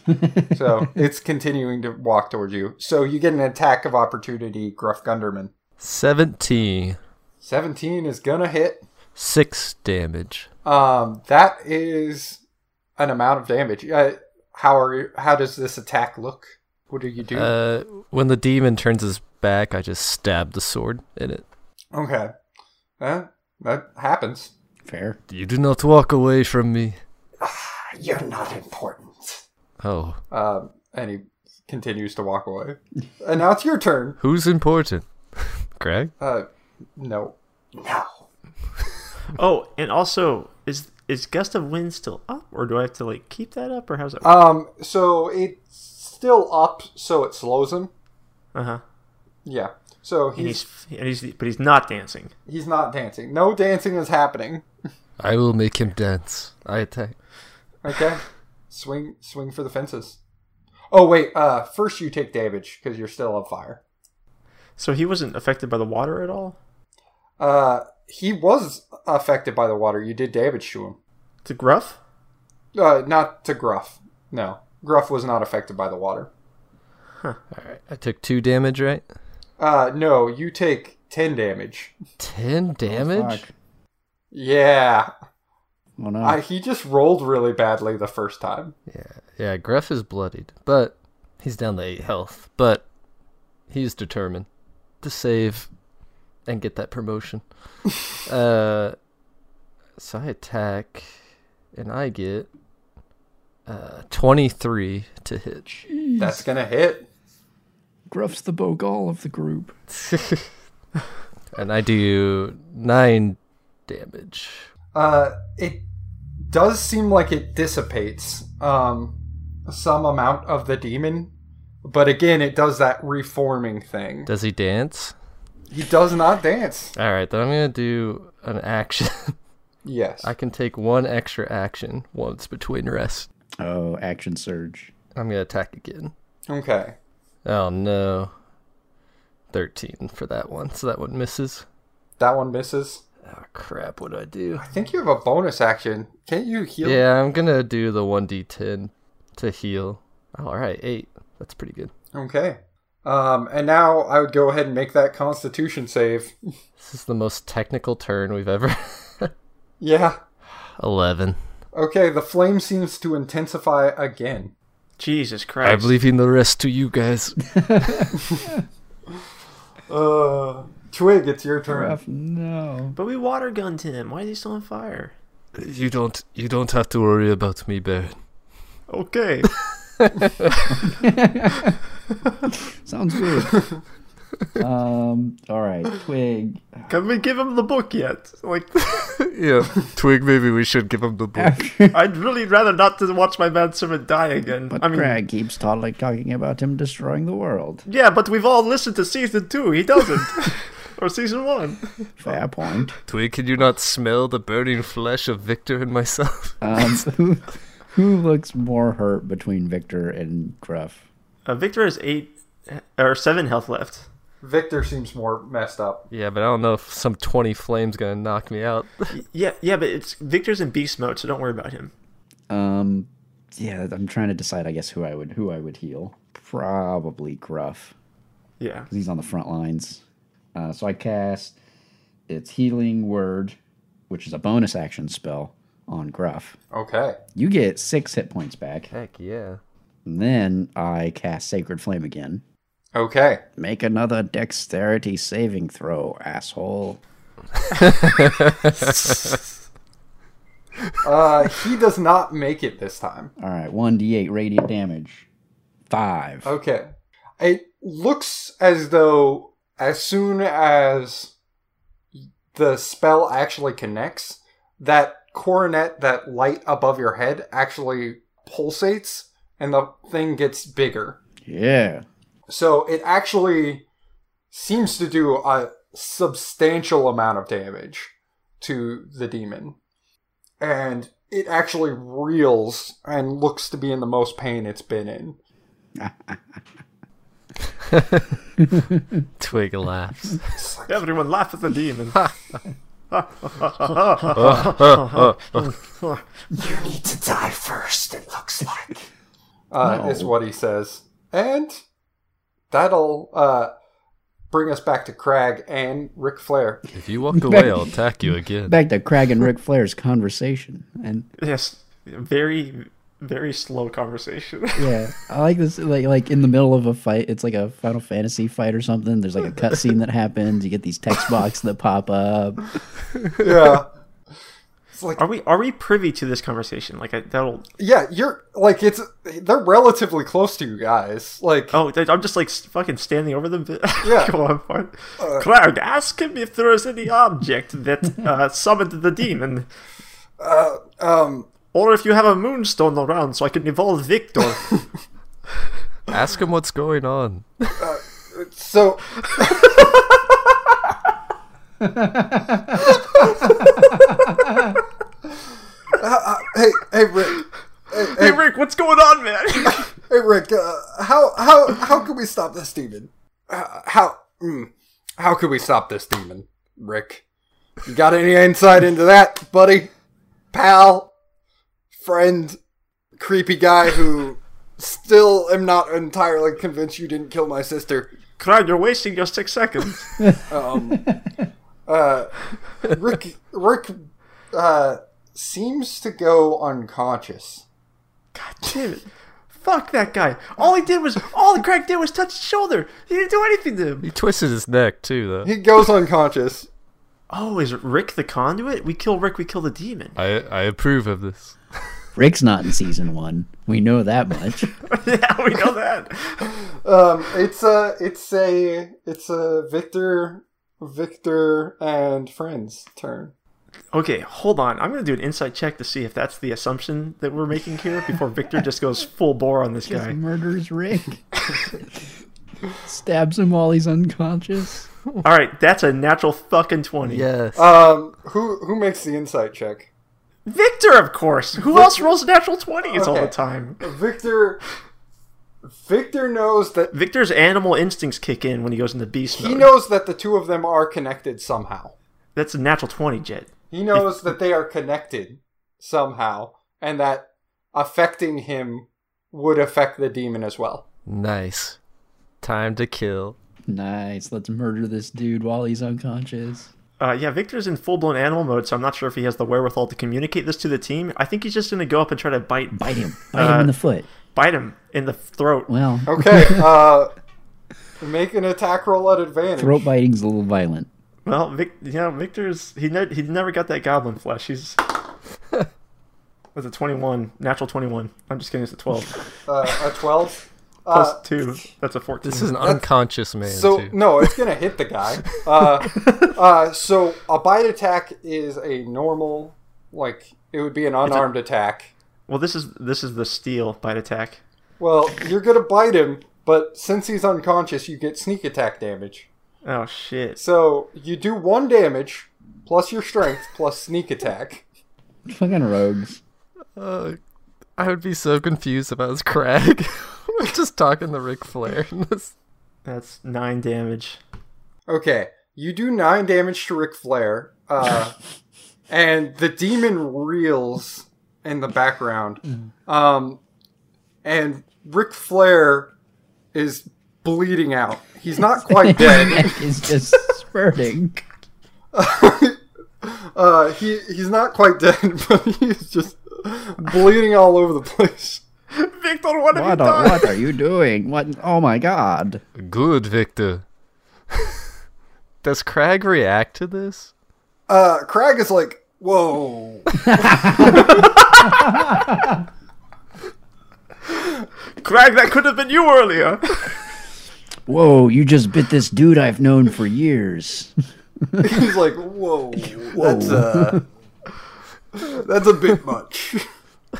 [SPEAKER 3] so it's continuing to walk towards you. So you get an attack of opportunity, Gruff Gunderman.
[SPEAKER 6] 17.
[SPEAKER 3] 17 is gonna hit.
[SPEAKER 6] 6 damage.
[SPEAKER 3] Um, that is an amount of damage. Uh, how are you, how does this attack look? What do you do?
[SPEAKER 6] Uh, when the demon turns his back, I just stab the sword in it.
[SPEAKER 3] okay, Eh, that happens.
[SPEAKER 4] Fair.
[SPEAKER 6] You do not walk away from me.
[SPEAKER 7] You're not important.
[SPEAKER 6] Oh,
[SPEAKER 3] Um, and he continues to walk away. and now it's your turn.
[SPEAKER 6] who's important? Greg?
[SPEAKER 3] Uh, no.
[SPEAKER 7] No.
[SPEAKER 5] Oh, and also is is gust of wind still up, or do I have to like keep that up, or how's
[SPEAKER 6] Uh,
[SPEAKER 5] it?
[SPEAKER 3] Um, so it's still up, so it slows him.
[SPEAKER 5] Uh huh.
[SPEAKER 3] Yeah. So
[SPEAKER 5] And
[SPEAKER 3] he's
[SPEAKER 5] he's and he's but he's not dancing.
[SPEAKER 3] he's not dancing. No dancing is happening.
[SPEAKER 6] I will make him dance. I attack.
[SPEAKER 3] Okay. swing swing for the fences. Oh wait. Uh, first you take damage because you're still on fire.
[SPEAKER 5] So he wasn't affected by the water at all?
[SPEAKER 3] Uh, he was affected by the water. You did damage to him.
[SPEAKER 5] To Gruff?
[SPEAKER 3] Uh, not to Gruff. No, Gruff was not affected by the water.
[SPEAKER 6] Alright, I took 2 damage, right?
[SPEAKER 3] Uh, no, you take ten damage.
[SPEAKER 6] 10 damage?
[SPEAKER 4] Fuck.
[SPEAKER 3] Yeah.
[SPEAKER 4] Oh, no.
[SPEAKER 3] I, he just rolled really badly the first time.
[SPEAKER 6] yeah, Yeah, Gruff is bloodied, but he's down to eight health, but he's determined to save and get that promotion. uh, so I attack, and I get uh, 23 to hit.
[SPEAKER 3] That's gonna hit.
[SPEAKER 4] Gruff's the Bogal of the group.
[SPEAKER 6] and I do 9 damage.
[SPEAKER 3] Uh, it does seem like it dissipates um, some amount of the demon, but again, it does that reforming thing.
[SPEAKER 6] Does he dance?
[SPEAKER 3] He does not dance.
[SPEAKER 6] All right, then I'm going to do an action.
[SPEAKER 3] Yes.
[SPEAKER 6] I can take one extra action once between rests.
[SPEAKER 4] Oh, action surge.
[SPEAKER 6] I'm going to attack again.
[SPEAKER 3] Okay.
[SPEAKER 6] Oh, no. 13 for that one, so that one misses.
[SPEAKER 3] That one misses.
[SPEAKER 6] Oh, crap, what do I do?
[SPEAKER 3] I think you have a bonus action. Can't you heal?
[SPEAKER 6] Yeah, I'm gonna do the one d10 to heal. Oh, all right, eight. That's pretty good.
[SPEAKER 3] Okay. Um, and now I would go ahead and make that Constitution save.
[SPEAKER 6] This is the most technical turn we've ever.
[SPEAKER 3] yeah.
[SPEAKER 6] Eleven.
[SPEAKER 3] Okay. The flame seems to intensify again.
[SPEAKER 5] Jesus Christ.
[SPEAKER 6] I'm leaving the rest to you guys.
[SPEAKER 3] Uh, Twig, it's your turn.
[SPEAKER 4] no.
[SPEAKER 5] But we water gunned him. Why is he still on fire?
[SPEAKER 6] you don't. You don't have to worry about me, Baron.
[SPEAKER 5] Okay.
[SPEAKER 4] Sounds good. um. All right, Twig.
[SPEAKER 5] Can we give him the book yet? Like,
[SPEAKER 6] Yeah, Twig. Maybe we should give him the book.
[SPEAKER 5] I'd really rather not to watch my manservant die again.
[SPEAKER 4] But
[SPEAKER 5] I mean,
[SPEAKER 4] Craig keeps totally talking about him destroying the world.
[SPEAKER 5] yeah, but we've all listened to season two. He doesn't. or season one.
[SPEAKER 4] Fair point.
[SPEAKER 6] Twig, can you not smell the burning flesh of Victor and myself?
[SPEAKER 4] Um, who, who looks more hurt between Victor and Gruff?
[SPEAKER 5] Uh, Victor has eight or seven health left.
[SPEAKER 3] Victor seems more messed up.
[SPEAKER 6] yeah, but I don't know if some twenty flames gonna knock me out.
[SPEAKER 5] Yeah, yeah, but it's Victor's in beast mode, so don't worry about him.
[SPEAKER 4] Um, yeah, I'm trying to decide. I guess who I would who I would heal. Probably Gruff.
[SPEAKER 5] Yeah.
[SPEAKER 4] 'cause He's on the front lines. Uh, so I cast its healing word, which is a bonus action spell on Gruff.
[SPEAKER 3] Okay.
[SPEAKER 4] You get six hit points back.
[SPEAKER 6] Heck yeah.
[SPEAKER 4] And then I cast Sacred Flame again.
[SPEAKER 3] Okay.
[SPEAKER 4] Make another dexterity saving throw, asshole.
[SPEAKER 3] Uh, he does not make it this time.
[SPEAKER 4] All right, 1d8 radiant damage. Five.
[SPEAKER 3] Okay. It looks as though as soon as the spell actually connects, that coronet, that light above your head, actually pulsates and the thing gets bigger.
[SPEAKER 4] Yeah.
[SPEAKER 3] So it actually seems to do a substantial amount of damage to the demon. And it actually reels and looks to be in the most pain it's been in.
[SPEAKER 6] Twig laughs.
[SPEAKER 5] Everyone laugh at the demon.
[SPEAKER 7] You need to die first, it looks like.
[SPEAKER 3] uh,
[SPEAKER 4] No.
[SPEAKER 3] is what he says. And that'll uh, bring us back to Crag and Ric Flair.
[SPEAKER 6] if you walk away, I'll attack you again.
[SPEAKER 4] Back to Craig and Ric Flair's conversation. And
[SPEAKER 5] yes. Very, very slow conversation.
[SPEAKER 4] yeah, I like this. Like, like in the middle of a fight, it's like a Final Fantasy fight or something. There's like a cutscene that happens. You get these text boxes that pop up.
[SPEAKER 3] Yeah.
[SPEAKER 5] Are we are we privy to this conversation? Like I, that'll
[SPEAKER 3] yeah, you're like it's they're relatively close to you guys. Like
[SPEAKER 5] oh th- I'm just like s- fucking standing over them.
[SPEAKER 3] Yeah. Uh,
[SPEAKER 5] Go on, fine. Cloud, ask him if there is any object that uh, summoned the demon,
[SPEAKER 3] um
[SPEAKER 5] or if you have a moonstone around so I can evolve Victor.
[SPEAKER 6] Ask him what's going on.
[SPEAKER 3] so Uh, uh, hey, hey, Rick!
[SPEAKER 5] hey Rick, what's going on, man?
[SPEAKER 3] Hey, Rick! Uh, how how how can we stop this demon? Uh, how mm, how can we stop this demon, Rick? You got any insight into that, buddy, pal, friend, creepy guy who still am not entirely convinced you didn't kill my sister?
[SPEAKER 5] Cloud, you're wasting your six seconds.
[SPEAKER 3] Um, uh, Rick Rick uh, seems to go unconscious.
[SPEAKER 5] God damn it. Fuck that guy. All he did was all Craig did was touch his shoulder. He didn't do anything to him.
[SPEAKER 6] He twisted his neck too, though.
[SPEAKER 3] He goes unconscious.
[SPEAKER 5] Oh, is Rick the conduit? We kill Rick, we kill the demon.
[SPEAKER 6] I I approve of this.
[SPEAKER 4] Rick's not in season one. We know that much.
[SPEAKER 5] yeah, we know that.
[SPEAKER 3] Um, it's a it's a it's a Victor Victor and friends turn.
[SPEAKER 5] Okay, hold on. I'm gonna do an insight check to see if that's the assumption that we're making here before Victor just goes full bore on this
[SPEAKER 4] Just
[SPEAKER 5] guy.
[SPEAKER 4] murders Rick. Stabs him while he's unconscious.
[SPEAKER 5] All right, that's a natural fucking twenty.
[SPEAKER 6] Yes.
[SPEAKER 3] Um, who who makes the insight check?
[SPEAKER 5] Victor, of course. Who else rolls natural twenties all the
[SPEAKER 3] Okay.
[SPEAKER 5] time?
[SPEAKER 3] Victor Victor knows that
[SPEAKER 5] Victor's animal instincts kick in when he goes into beast mode.
[SPEAKER 3] he knows that the two of them are connected somehow.
[SPEAKER 5] that's a natural twenty, Jet.
[SPEAKER 3] He knows that they are connected somehow, and that affecting him would affect the demon as well.
[SPEAKER 6] nice. Time to kill.
[SPEAKER 4] Nice. Let's murder this dude while he's unconscious.
[SPEAKER 5] Uh, yeah, Victor's in full blown animal mode, so I'm not sure if he has the wherewithal to communicate this to the team. I think he's just going to go up and try to bite
[SPEAKER 4] Bite him. Bite him in the foot.
[SPEAKER 5] bite him in the throat.
[SPEAKER 4] Well,
[SPEAKER 3] Okay, uh, make an attack roll at advantage.
[SPEAKER 4] throat biting's a little violent.
[SPEAKER 5] Well, Vic, yeah, Victor's he ne- he never got that goblin flesh. He's with a 21, natural 21. I'm just kidding, it's a 12
[SPEAKER 3] Uh, a 12.
[SPEAKER 5] plus two. That's a 14.
[SPEAKER 6] This is an unconscious man.
[SPEAKER 3] So,
[SPEAKER 6] too.
[SPEAKER 3] no, it's going to hit the guy. Uh, uh, so, a bite attack is a normal, like, it would be an unarmed attack.
[SPEAKER 5] well, this is this is the steel bite attack.
[SPEAKER 3] Well, you're going to bite him, but since he's unconscious, you get sneak attack damage.
[SPEAKER 5] Oh shit!
[SPEAKER 3] So you do one damage plus your strength plus sneak attack.
[SPEAKER 4] Fucking rogues.
[SPEAKER 6] Uh, I would be so confused if I was Craig. We're just talking to Ric Flair. in this.
[SPEAKER 5] That's nine damage.
[SPEAKER 3] Okay, you do nine damage to Ric Flair, uh, and the demon reels in the background. Um, and Ric Flair is bleeding out. He's not quite dead.
[SPEAKER 4] He's just spurting.
[SPEAKER 3] Uh, he he's not quite dead, but he's just bleeding all over the place.
[SPEAKER 5] Victor, what have
[SPEAKER 4] What,
[SPEAKER 5] you
[SPEAKER 4] are,
[SPEAKER 5] done?
[SPEAKER 4] what are you doing? What? Oh my god.
[SPEAKER 6] Good, Victor. Does Craig react to this?
[SPEAKER 3] Uh, Crag is like, whoa.
[SPEAKER 5] Craig, that could have been you earlier.
[SPEAKER 4] Whoa, you just bit this dude I've known for years.
[SPEAKER 3] He's like, whoa, that's uh, that's a bit much.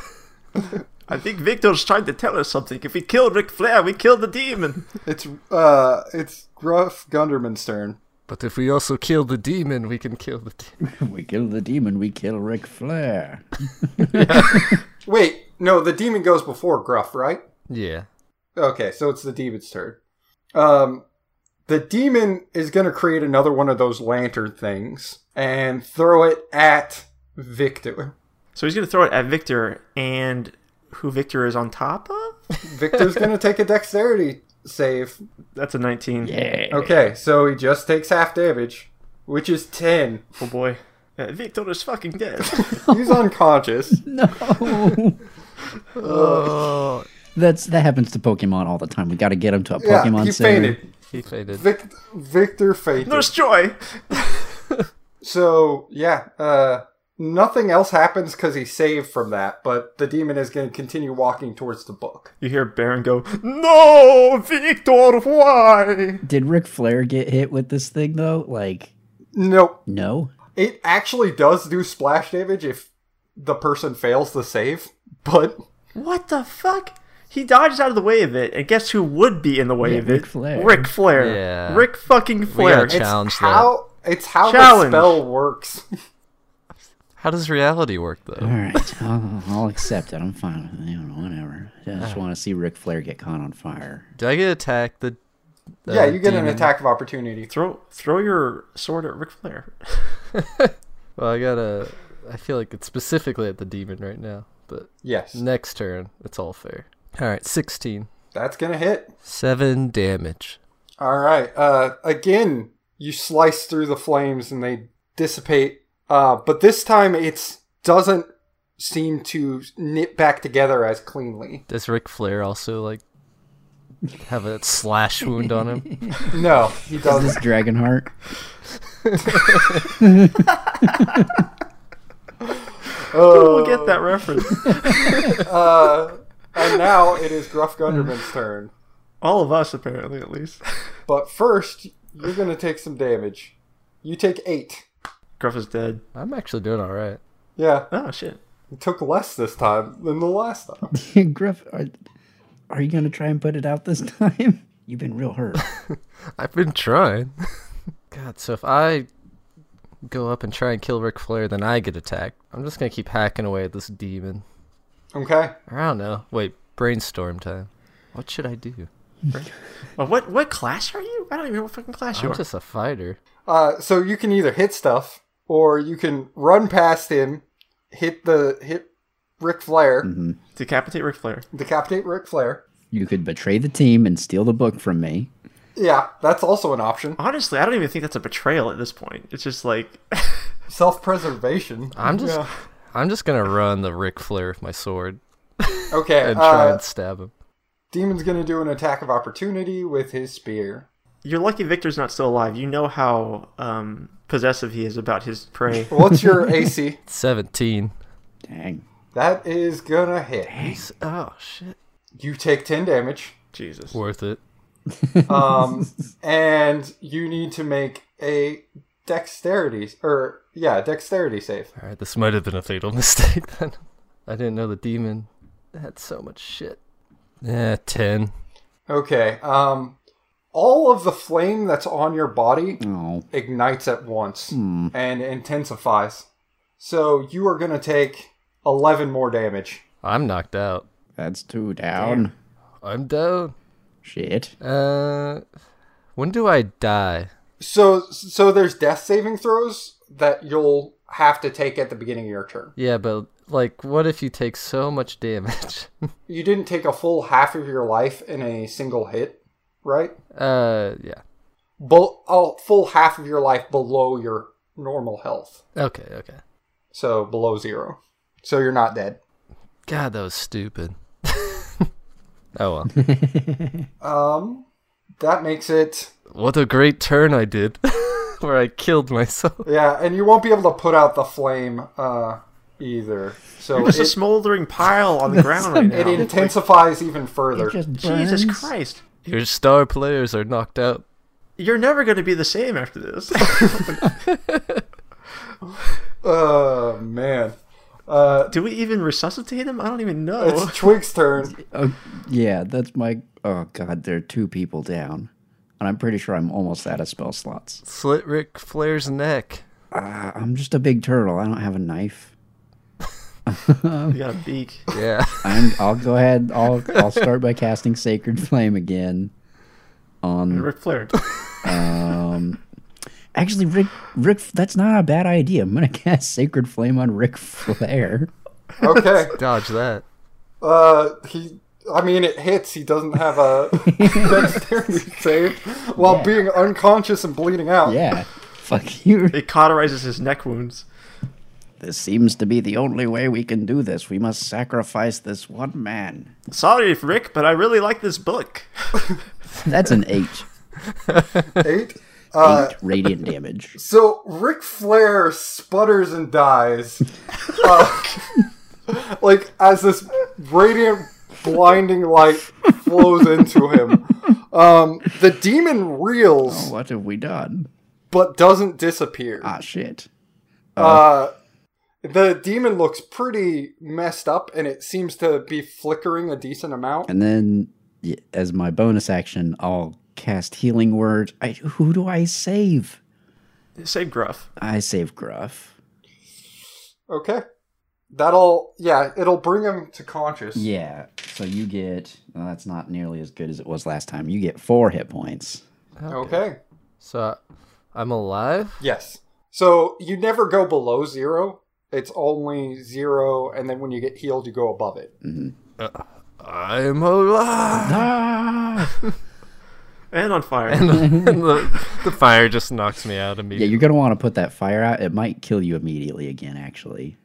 [SPEAKER 5] I think Victor's trying to tell us something. If we kill Ric Flair, we kill the demon.
[SPEAKER 3] It's uh, it's Gruff Gunderman's turn.
[SPEAKER 6] But if we also kill the demon, we can kill the demon.
[SPEAKER 4] we kill the demon, we kill Ric Flair.
[SPEAKER 3] Wait, no, the demon goes before Gruff, right?
[SPEAKER 6] Yeah.
[SPEAKER 3] Okay, so it's the demon's turn. Um, the demon is gonna create another one of those lantern things and throw it at Victor.
[SPEAKER 5] So he's gonna throw it at Victor and who Victor is on top of?
[SPEAKER 3] Victor's gonna take a dexterity save.
[SPEAKER 5] That's a nineteen.
[SPEAKER 4] Yeah.
[SPEAKER 3] Okay, so he just takes half damage, which is ten.
[SPEAKER 5] Oh boy. Uh, Victor is fucking dead.
[SPEAKER 3] He's unconscious.
[SPEAKER 4] No.
[SPEAKER 6] Oh,
[SPEAKER 4] That's that happens to Pokemon all the time. We got to get him to a
[SPEAKER 3] Yeah,
[SPEAKER 4] Pokemon
[SPEAKER 3] he
[SPEAKER 4] center.
[SPEAKER 3] fainted.
[SPEAKER 6] he faded.
[SPEAKER 3] Vic- Victor fainted.
[SPEAKER 5] Nurse Joy.
[SPEAKER 3] So yeah, uh, nothing else happens because he's saved from that. But the demon is going to continue walking towards the book.
[SPEAKER 5] You hear Baron go, No, Victor, why?
[SPEAKER 4] Did Ric Flair get hit with this thing though? Like,
[SPEAKER 3] Nope,
[SPEAKER 4] no.
[SPEAKER 3] it actually does do splash damage if the person fails the save. But
[SPEAKER 5] What the fuck? He dodges out of the way of it, and guess who would be in the way
[SPEAKER 4] Yeah,
[SPEAKER 5] of it?
[SPEAKER 4] Ric Flair.
[SPEAKER 5] Ric Flair.
[SPEAKER 6] Yeah.
[SPEAKER 5] Ric fucking Flair.
[SPEAKER 6] gotta ch-
[SPEAKER 3] it's
[SPEAKER 6] Challenge that.
[SPEAKER 3] how it's how
[SPEAKER 5] Challenge.
[SPEAKER 3] the spell works.
[SPEAKER 6] How does reality work,
[SPEAKER 4] All
[SPEAKER 6] though?
[SPEAKER 4] right, I'll, I'll accept it. I'm fine with it. You know, whatever. I just want to see Ric Flair get caught on fire.
[SPEAKER 6] Do I get attacked? The the
[SPEAKER 3] yeah, you get an
[SPEAKER 6] demon?
[SPEAKER 3] attack of opportunity.
[SPEAKER 5] throw throw your sword at Ric Flair.
[SPEAKER 6] Well, I gotta. I feel like it's specifically at the demon right now, but
[SPEAKER 3] Yes,
[SPEAKER 6] next turn it's all fair. All right, sixteen.
[SPEAKER 3] that's gonna hit.
[SPEAKER 6] Seven damage.
[SPEAKER 3] All right. Uh, again, you slice through the flames and they dissipate. Uh, but this time it doesn't seem to knit back together as cleanly.
[SPEAKER 6] Does Ric Flair also like have a slash wound on him?
[SPEAKER 3] No, he doesn't.
[SPEAKER 4] This Dragonheart.
[SPEAKER 5] We'll get that reference.
[SPEAKER 3] And now it is Gruff Gunderman's turn.
[SPEAKER 5] All of us, apparently, at least.
[SPEAKER 3] But first, you're going to take some damage. You take eight.
[SPEAKER 5] Gruff is dead.
[SPEAKER 6] I'm actually doing all right.
[SPEAKER 3] Yeah,
[SPEAKER 5] Oh shit.
[SPEAKER 3] you took less this time than the last time.
[SPEAKER 4] Griff, are, are you gonna try and put it out this time? You've been real hurt.
[SPEAKER 6] I've been trying. God, so if I go up and try and kill Ric Flair, then I get attacked. I'm just gonna keep hacking away at this demon.
[SPEAKER 3] Okay.
[SPEAKER 6] Or I don't know. Wait, brainstorm time. What should I do?
[SPEAKER 5] Well, what what class are you? I don't even know what fucking class you
[SPEAKER 6] I'm
[SPEAKER 5] are.
[SPEAKER 6] just a fighter.
[SPEAKER 3] Uh, so you can either hit stuff, or you can run past him, hit the hit Ric Flair,
[SPEAKER 5] Decapitate Ric Flair.
[SPEAKER 3] decapitate Ric Flair.
[SPEAKER 4] you could betray the team and steal the book from me.
[SPEAKER 3] Yeah, that's also an option.
[SPEAKER 5] Honestly, I don't even think that's a betrayal at this point. It's just like
[SPEAKER 3] Self-preservation.
[SPEAKER 6] I'm just
[SPEAKER 3] Yeah.
[SPEAKER 6] I'm just gonna run the Ric Flair with my sword
[SPEAKER 3] okay.
[SPEAKER 6] and try
[SPEAKER 3] uh,
[SPEAKER 6] and stab him.
[SPEAKER 3] Demon's gonna do an attack of opportunity with his spear.
[SPEAKER 5] you're lucky Victor's not still alive. You know how um, possessive he is about his prey.
[SPEAKER 3] What's your AC?
[SPEAKER 6] Seventeen.
[SPEAKER 4] Dang.
[SPEAKER 3] That is gonna hit.
[SPEAKER 6] He's- oh shit.
[SPEAKER 3] You take ten damage,
[SPEAKER 5] Jesus.
[SPEAKER 6] Worth it.
[SPEAKER 3] um, and you need to make a dexterity or yeah, dexterity save.
[SPEAKER 6] All right, this might have been a fatal mistake then. I didn't know the demon had so much shit. Yeah, ten.
[SPEAKER 3] Okay. Um, all of the flame that's on your body
[SPEAKER 4] Oh,
[SPEAKER 3] ignites at once
[SPEAKER 6] Hmm.
[SPEAKER 3] and intensifies. So you are going to take 11 more damage.
[SPEAKER 6] I'm knocked out.
[SPEAKER 4] that's two down.
[SPEAKER 6] I'm down.
[SPEAKER 4] Shit.
[SPEAKER 6] Uh, when do I die?
[SPEAKER 3] So so there's death saving throws that you'll have to take at the beginning of your turn.
[SPEAKER 6] Yeah, but like, what if you take so much damage?
[SPEAKER 3] You didn't take a full half of your life in a single hit, right?
[SPEAKER 6] uh, yeah.
[SPEAKER 3] Bel- a full half of your life below your normal health.
[SPEAKER 6] Okay, okay.
[SPEAKER 3] So below 0. So you're not dead.
[SPEAKER 6] God, that was stupid. oh well.
[SPEAKER 3] Um that makes it
[SPEAKER 6] what a great turn I did, where I killed myself.
[SPEAKER 3] Yeah, and you won't be able to put out the flame uh, either. So
[SPEAKER 5] There's a
[SPEAKER 3] it,
[SPEAKER 5] smoldering pile on the ground right
[SPEAKER 3] it
[SPEAKER 5] now.
[SPEAKER 3] intensifies even further.
[SPEAKER 5] Jesus Christ.
[SPEAKER 6] Your star players are knocked out.
[SPEAKER 5] You're never going to be the same after this.
[SPEAKER 3] Oh man,
[SPEAKER 5] Do we even resuscitate him? I don't even know.
[SPEAKER 3] it's Twig's turn.
[SPEAKER 4] Oh, yeah, that's my. Oh God, there are two people down, and I'm pretty sure I'm almost out of spell slots.
[SPEAKER 6] Slit Rick Flair's neck.
[SPEAKER 4] Uh, I'm just a big turtle. I don't have a knife.
[SPEAKER 5] you got a beak.
[SPEAKER 6] Yeah.
[SPEAKER 4] I'm, I'll go ahead. I'll I'll start by casting Sacred Flame again. On
[SPEAKER 5] Ric Flair.
[SPEAKER 4] actually, Rick, Rick, that's not a bad idea. I'm gonna cast Sacred Flame on Rick Flair.
[SPEAKER 3] Okay,
[SPEAKER 6] Dodge that.
[SPEAKER 3] uh, he. I mean, it hits. He doesn't have a dexterity save while being unconscious and bleeding out.
[SPEAKER 4] Yeah, fuck you.
[SPEAKER 5] It cauterizes his neck wounds.
[SPEAKER 4] This seems to be the only way we can do this. We must sacrifice this one man.
[SPEAKER 5] Sorry, Rick, but I really like this book.
[SPEAKER 4] That's an eight.
[SPEAKER 3] Eight.
[SPEAKER 4] eight radiant damage.
[SPEAKER 3] So Ric Flair sputters and dies, uh, like as this radiant, blinding light flows into him. Um, the demon reels
[SPEAKER 4] Oh, What have we done?
[SPEAKER 3] but doesn't disappear.
[SPEAKER 4] Ah, shit.
[SPEAKER 3] Uh, the demon looks pretty messed up, and it seems to be flickering a decent amount.
[SPEAKER 4] And then, y- as my bonus action, I'll cast Healing Word. I, who do I save?
[SPEAKER 5] Save Gruff.
[SPEAKER 4] I save Gruff.
[SPEAKER 3] Okay, that'll yeah, it'll bring him to conscious.
[SPEAKER 4] Yeah. So you get. Well, that's not nearly as good as it was last time. You get four hit points.
[SPEAKER 3] Okay.
[SPEAKER 6] So I- I'm alive.
[SPEAKER 3] Yes. So you never go below zero. It's only zero, and then when you get healed, you go above it.
[SPEAKER 6] I'm alive.
[SPEAKER 4] Ah!
[SPEAKER 5] And on fire.
[SPEAKER 6] the, the fire just knocks me out
[SPEAKER 4] yeah,
[SPEAKER 6] immediately.
[SPEAKER 4] you're gonna want to put that fire out. It might kill you immediately again. Actually,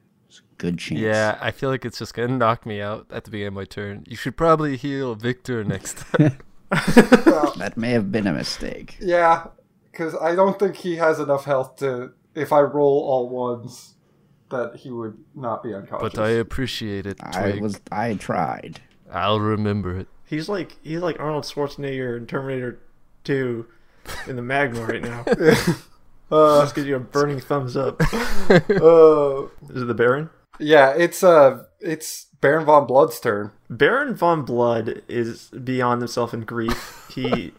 [SPEAKER 4] good chance.
[SPEAKER 6] Yeah, I feel like it's just gonna knock me out at the beginning of my turn. You should probably heal Victor next time.
[SPEAKER 4] That may have been a mistake.
[SPEAKER 3] Yeah, because I don't think he has enough health to. If I roll all ones, that he would not be unconscious.
[SPEAKER 6] but I appreciate it,
[SPEAKER 4] I
[SPEAKER 6] Twig.
[SPEAKER 4] was I tried.
[SPEAKER 6] I'll remember it.
[SPEAKER 5] He's like he's like Arnold Schwarzenegger in Terminator 2 in the Magnum right now.
[SPEAKER 3] Uh,
[SPEAKER 5] Just gives you a burning thumbs up.
[SPEAKER 3] uh,
[SPEAKER 5] Is it the Baron?
[SPEAKER 3] yeah, it's uh, it's Baron von Blood's turn.
[SPEAKER 5] Baron von Blood is beyond himself in grief. He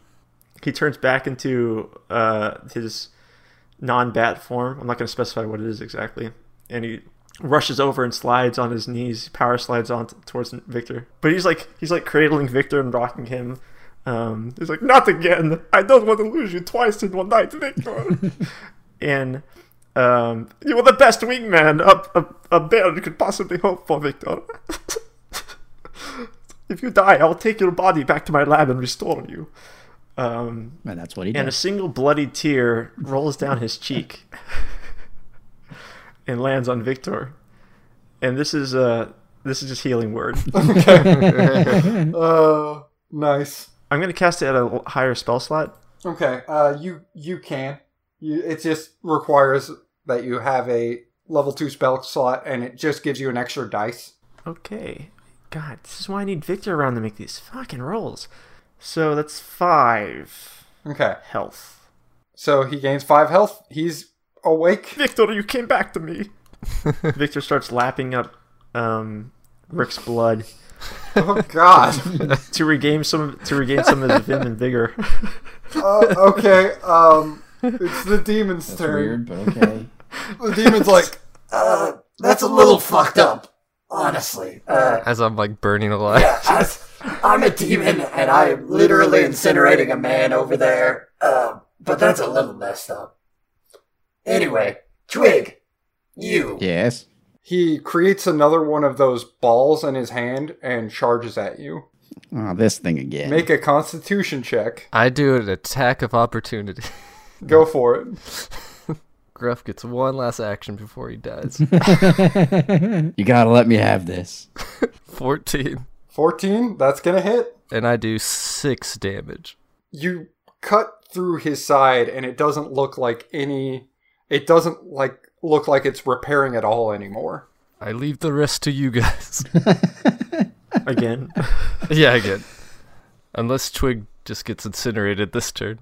[SPEAKER 5] he turns back into uh, his non-bat form. I'm not going to specify what it is exactly. And he rushes over and slides on his knees, power slides on t- towards Victor. But he's like he's like cradling Victor and rocking him. Um, he's like, "Not again! I don't want to lose you twice in one night, Victor." and um, you were the best wingman a, a, a Baron could possibly hope for, Victor. If you die, I'll take your body back to my lab and restore you. Um,
[SPEAKER 4] And that's what he
[SPEAKER 5] and a
[SPEAKER 4] did.
[SPEAKER 5] single bloody tear rolls down his cheek and lands on Victor. And this is uh, this is just healing word.
[SPEAKER 3] Uh, nice.
[SPEAKER 5] I'm gonna cast it at a l- higher spell slot.
[SPEAKER 3] Okay. Uh, you you can. You, it just requires that you have a level two spell slot, and it just gives you an extra dice.
[SPEAKER 5] Okay. God, this is why I need Victor around to make these fucking rolls. So that's five
[SPEAKER 3] Okay.
[SPEAKER 5] health.
[SPEAKER 3] So he gains five health. He's awake.
[SPEAKER 5] Victor, you came back to me. Victor starts lapping up um, Rick's blood.
[SPEAKER 3] Oh God.
[SPEAKER 5] to regain some to regain some of his vim and vigor.
[SPEAKER 3] uh, okay. Um, it's the demon's turn.
[SPEAKER 4] but okay.
[SPEAKER 3] The demon's like,
[SPEAKER 7] Uh, that's a little fucked up, honestly. Uh,
[SPEAKER 6] As I'm like burning alive.
[SPEAKER 7] I, I'm a demon, and I'm literally incinerating a man over there. Uh, but that's a little messed up. Anyway, Twig, you.
[SPEAKER 4] yes.
[SPEAKER 3] he creates another one of those balls in his hand and charges at you.
[SPEAKER 4] Oh, this thing again.
[SPEAKER 3] Make a constitution check.
[SPEAKER 6] I do an attack of opportunity.
[SPEAKER 3] Go for it.
[SPEAKER 6] Gruff gets one last action before he dies.
[SPEAKER 4] you gotta let me have this.
[SPEAKER 6] 14.
[SPEAKER 3] 14. That's going to hit.
[SPEAKER 6] And I do 6 damage.
[SPEAKER 3] You cut through his side and it doesn't look like any it doesn't like look like it's repairing at all anymore.
[SPEAKER 6] I leave the rest to you guys.
[SPEAKER 5] Again.
[SPEAKER 6] yeah, again. Unless Twig just gets incinerated this turn.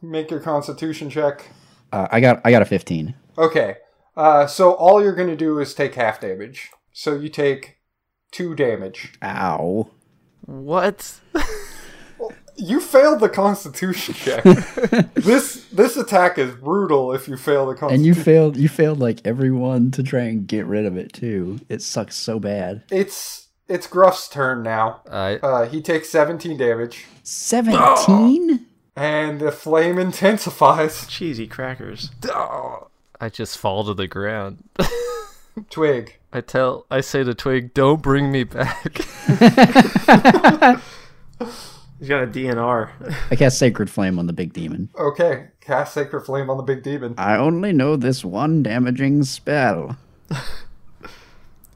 [SPEAKER 3] Make your constitution check.
[SPEAKER 4] Uh, I got I got a fifteen.
[SPEAKER 3] Okay. Uh, so all you're going to do is take half damage. So you take 2 damage.
[SPEAKER 4] Ow.
[SPEAKER 6] What?
[SPEAKER 3] You failed the constitution check. this this attack is brutal if you fail the
[SPEAKER 4] And
[SPEAKER 3] constitution.
[SPEAKER 4] you failed you failed like everyone to try and get rid of it too. It sucks so bad.
[SPEAKER 3] it's it's Gruff's turn now.
[SPEAKER 6] I
[SPEAKER 3] Uh, he takes 17 damage
[SPEAKER 4] Seventeen?
[SPEAKER 3] and the flame intensifies.
[SPEAKER 5] Cheesy crackers.
[SPEAKER 6] I just fall to the ground.
[SPEAKER 3] Twig.
[SPEAKER 6] I tell I say to Twig, "Don't bring me back."
[SPEAKER 5] He's got a DNR.
[SPEAKER 4] I cast Sacred Flame on the big demon.
[SPEAKER 3] Okay, cast Sacred Flame on the big demon.
[SPEAKER 4] I only know this one damaging spell.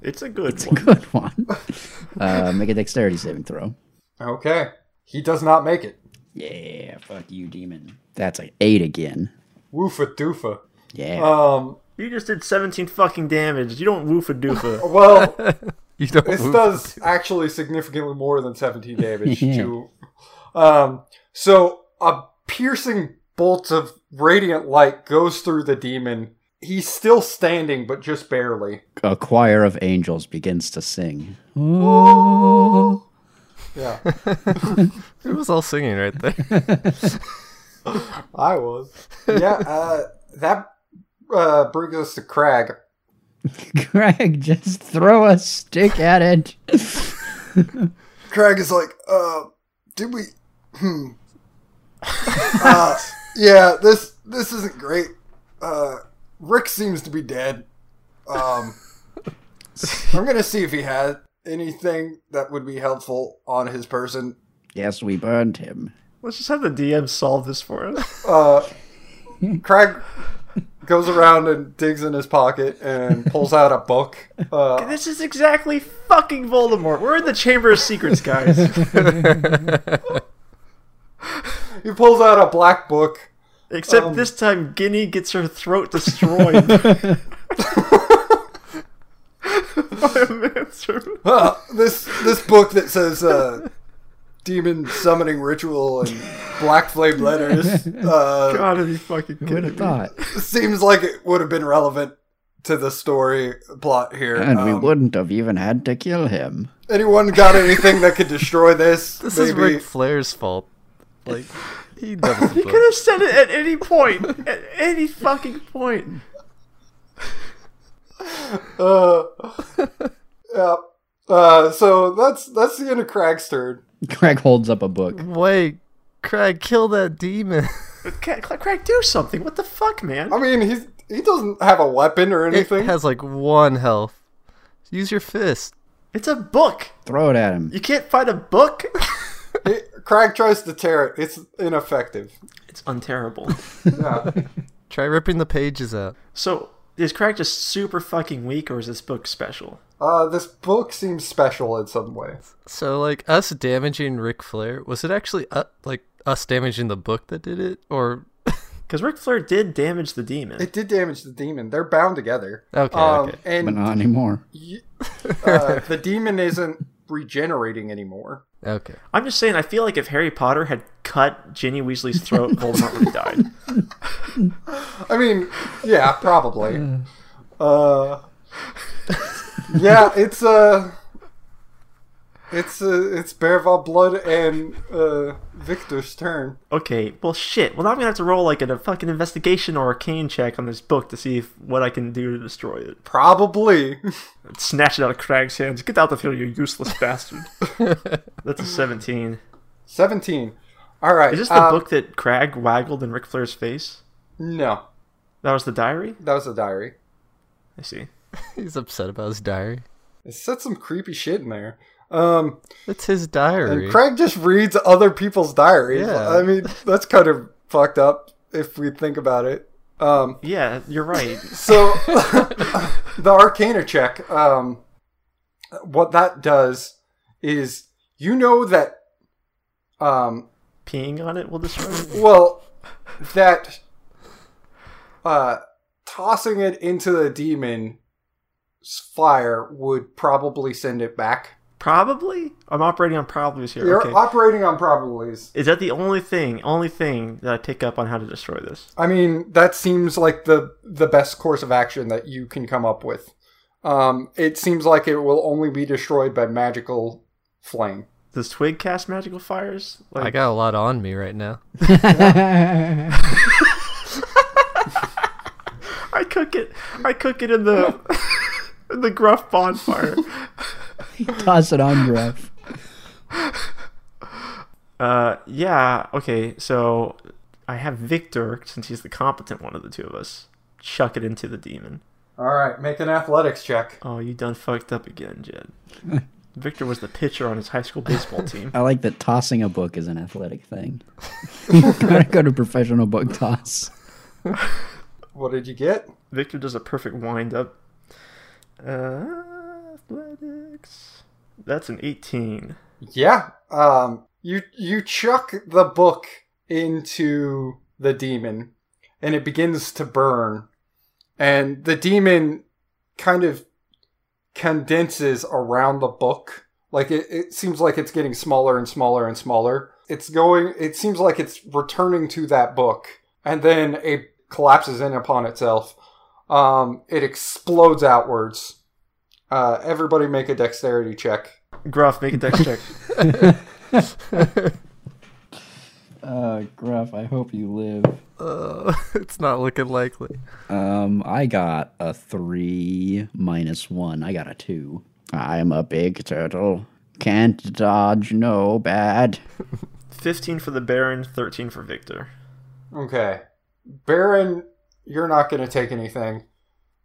[SPEAKER 5] It's a good
[SPEAKER 4] It's a
[SPEAKER 5] one.
[SPEAKER 4] good one. Uh, make a dexterity saving throw.
[SPEAKER 3] Okay, he does not make it.
[SPEAKER 4] Yeah, fuck you, demon. That's like eight again.
[SPEAKER 3] Woofa doofa.
[SPEAKER 4] Yeah.
[SPEAKER 3] Um,
[SPEAKER 5] You just did 17 fucking damage. You don't woofa doofa.
[SPEAKER 3] well,
[SPEAKER 6] You don't.
[SPEAKER 3] this
[SPEAKER 6] move.
[SPEAKER 3] does actually significantly more than 17 damage to. Um, so a piercing bolt of radiant light goes through the demon. He's still standing, but just barely.
[SPEAKER 4] A choir of angels begins to sing.
[SPEAKER 3] Yeah,
[SPEAKER 6] It was all singing right there.
[SPEAKER 3] I was. Yeah, uh, that uh, brings us to Crag.
[SPEAKER 4] Greg, just throw a stick at it.
[SPEAKER 3] Craig is like, uh, did we? Hmm. uh, yeah, this this isn't great. Uh, Rick seems to be dead. Um, I'm gonna see if he had anything that would be helpful on his person.
[SPEAKER 4] yes, we burned him.
[SPEAKER 5] Let's just have the DM solve this for us.
[SPEAKER 3] Uh, Craig goes around and digs in his pocket and pulls out a book. Uh,
[SPEAKER 5] This is exactly fucking Voldemort. We're in the Chamber of Secrets, guys.
[SPEAKER 3] he pulls out a black book.
[SPEAKER 5] Except
[SPEAKER 4] Um,
[SPEAKER 5] this time, Ginny gets her throat destroyed. By a manservant.
[SPEAKER 3] Uh, this this book that says uh, demon summoning ritual and black flame letters uh,
[SPEAKER 5] Gotta be fucking
[SPEAKER 4] Good
[SPEAKER 5] kidding me.
[SPEAKER 4] thought.
[SPEAKER 3] seems like it would have been relevant to the story plot here.
[SPEAKER 4] And we
[SPEAKER 3] Um,
[SPEAKER 4] wouldn't have even had to kill him.
[SPEAKER 3] Anyone got anything that could destroy this?
[SPEAKER 6] This is
[SPEAKER 3] Maybe.
[SPEAKER 6] Ric Flair's fault. Like he never.
[SPEAKER 5] You could have said it at any point. At any fucking point.
[SPEAKER 3] Uh, yeah. Uh, so that's that's the end of Crag's turn.
[SPEAKER 4] Craig holds up a book.
[SPEAKER 6] Wait, Craig, kill that demon.
[SPEAKER 5] Craig, Craig, do something. What the fuck, man?
[SPEAKER 3] I mean, he's he doesn't have a weapon or
[SPEAKER 6] it
[SPEAKER 3] anything.
[SPEAKER 6] has like one health. Use your fist.
[SPEAKER 5] It's a book.
[SPEAKER 4] Throw it at him.
[SPEAKER 5] You can't find a book?
[SPEAKER 3] It- Crag tries to tear it. It's ineffective.
[SPEAKER 5] It's unterrible.
[SPEAKER 3] Yeah.
[SPEAKER 6] Try ripping the pages out.
[SPEAKER 5] So, is Craig just super fucking weak, or is this book special?
[SPEAKER 3] uh, this book seems special in some way.
[SPEAKER 6] So like us damaging Ric Flair, was it actually uh, like us damaging the book that did it, or
[SPEAKER 5] Because Ric Flair did damage the demon.
[SPEAKER 3] It did damage the demon. They're bound together.
[SPEAKER 6] Okay,
[SPEAKER 3] Um,
[SPEAKER 6] okay.
[SPEAKER 4] But
[SPEAKER 3] And
[SPEAKER 4] not anymore.
[SPEAKER 3] y- uh, the demon isn't regenerating anymore.
[SPEAKER 6] okay?
[SPEAKER 5] I'm just saying, I feel like if Harry Potter had cut Ginny Weasley's throat, Voldemort would have died.
[SPEAKER 3] I mean, yeah, probably. Uh, yeah, it's uh, it's uh, it's Bearval Blood and uh, Victor's turn.
[SPEAKER 5] Okay, well, shit. Well, now I'm gonna have to roll like a, fucking investigation or arcane check on this book to see if what I can do to destroy it.
[SPEAKER 3] Probably.
[SPEAKER 5] Snatch it out of Craig's hands. Get out of here, you useless bastard. That's a 17.
[SPEAKER 3] 17. All right.
[SPEAKER 5] Is this the
[SPEAKER 3] um,
[SPEAKER 5] book that Crag waggled in Ric Flair's face?
[SPEAKER 3] No,
[SPEAKER 5] That was the diary?
[SPEAKER 3] that was a diary.
[SPEAKER 5] I see.
[SPEAKER 6] He's upset about his diary.
[SPEAKER 3] It said some creepy shit in there. Um,
[SPEAKER 6] It's his diary.
[SPEAKER 3] and Craig just reads other people's diaries.
[SPEAKER 6] Yeah.
[SPEAKER 3] I mean, that's kind of fucked up if we think about it. Um,
[SPEAKER 5] Yeah, you're right.
[SPEAKER 3] so the Arcana check. Um, what that does is you know that. Um,
[SPEAKER 5] Peeing on it will destroy it.
[SPEAKER 3] well, that uh, tossing it into the demon's fire would probably send it back.
[SPEAKER 5] Probably? I'm operating on problems here.
[SPEAKER 3] You're
[SPEAKER 5] okay.
[SPEAKER 3] operating on probabilities.
[SPEAKER 5] Is that the only thing, only thing that I pick up on how to destroy this?
[SPEAKER 3] I mean, that seems like the the best course of action that you can come up with. Um, it seems like it will only be destroyed by magical flame.
[SPEAKER 5] Does Twig cast magical fires? Like,
[SPEAKER 6] I got a lot on me right now.
[SPEAKER 5] I cook it. I cook it in the in the gruff bonfire.
[SPEAKER 4] Toss it on Gruff.
[SPEAKER 5] uh, yeah. Okay. So I have Victor since he's the competent one of the two of us. Chuck it into the demon.
[SPEAKER 3] All right, make an athletics check.
[SPEAKER 5] Oh, you done fucked up again, Jed. Victor was the pitcher on his high school baseball team.
[SPEAKER 4] I like that tossing a book is an athletic thing. you gotta go to professional book toss.
[SPEAKER 3] What did you get?
[SPEAKER 5] Victor does a perfect wind up. Uh, athletics. That's an 18.
[SPEAKER 3] Yeah. Um, you you chuck the book into the demon, and it begins to burn, and the demon kind of condenses around the book. Like it, it seems like it's getting smaller and smaller and smaller. It's going. It seems like it's returning to that book, and then it collapses in upon itself. Um, it explodes outwards. Uh, everybody, make a dexterity check.
[SPEAKER 5] Gruff, make a dex check.
[SPEAKER 4] Uh, Gruff, I hope you live.
[SPEAKER 6] Uh, it's not looking likely.
[SPEAKER 4] Um, I got a three minus one. I got a two. I'm a big turtle. Can't dodge no bad.
[SPEAKER 5] 15 for the Baron, 13 for Victor.
[SPEAKER 3] Okay. Baron, you're not going to take anything.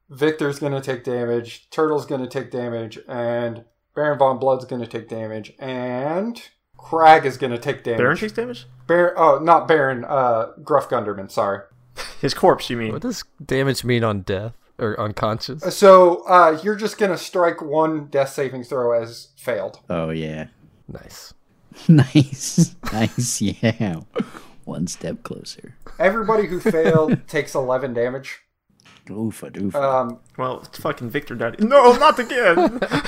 [SPEAKER 3] Victor's going to take damage. Turtle's going to take damage. And Baron Von Blood's going to take damage. And Crag is going to take damage.
[SPEAKER 5] Baron takes damage?
[SPEAKER 3] Bar- oh, not Baron. Uh, Gruff Gunderman, sorry.
[SPEAKER 5] His corpse, you mean?
[SPEAKER 6] What does damage mean on death or unconscious?
[SPEAKER 3] So uh, you're just gonna strike one death saving throw as failed.
[SPEAKER 4] Oh yeah.
[SPEAKER 6] Nice.
[SPEAKER 4] Nice. nice. Yeah. One step closer.
[SPEAKER 3] Everybody who failed takes eleven damage.
[SPEAKER 4] Oofa doofa.
[SPEAKER 3] Um,
[SPEAKER 5] Well, it's fucking Victor died. No, not again.
[SPEAKER 6] Uh,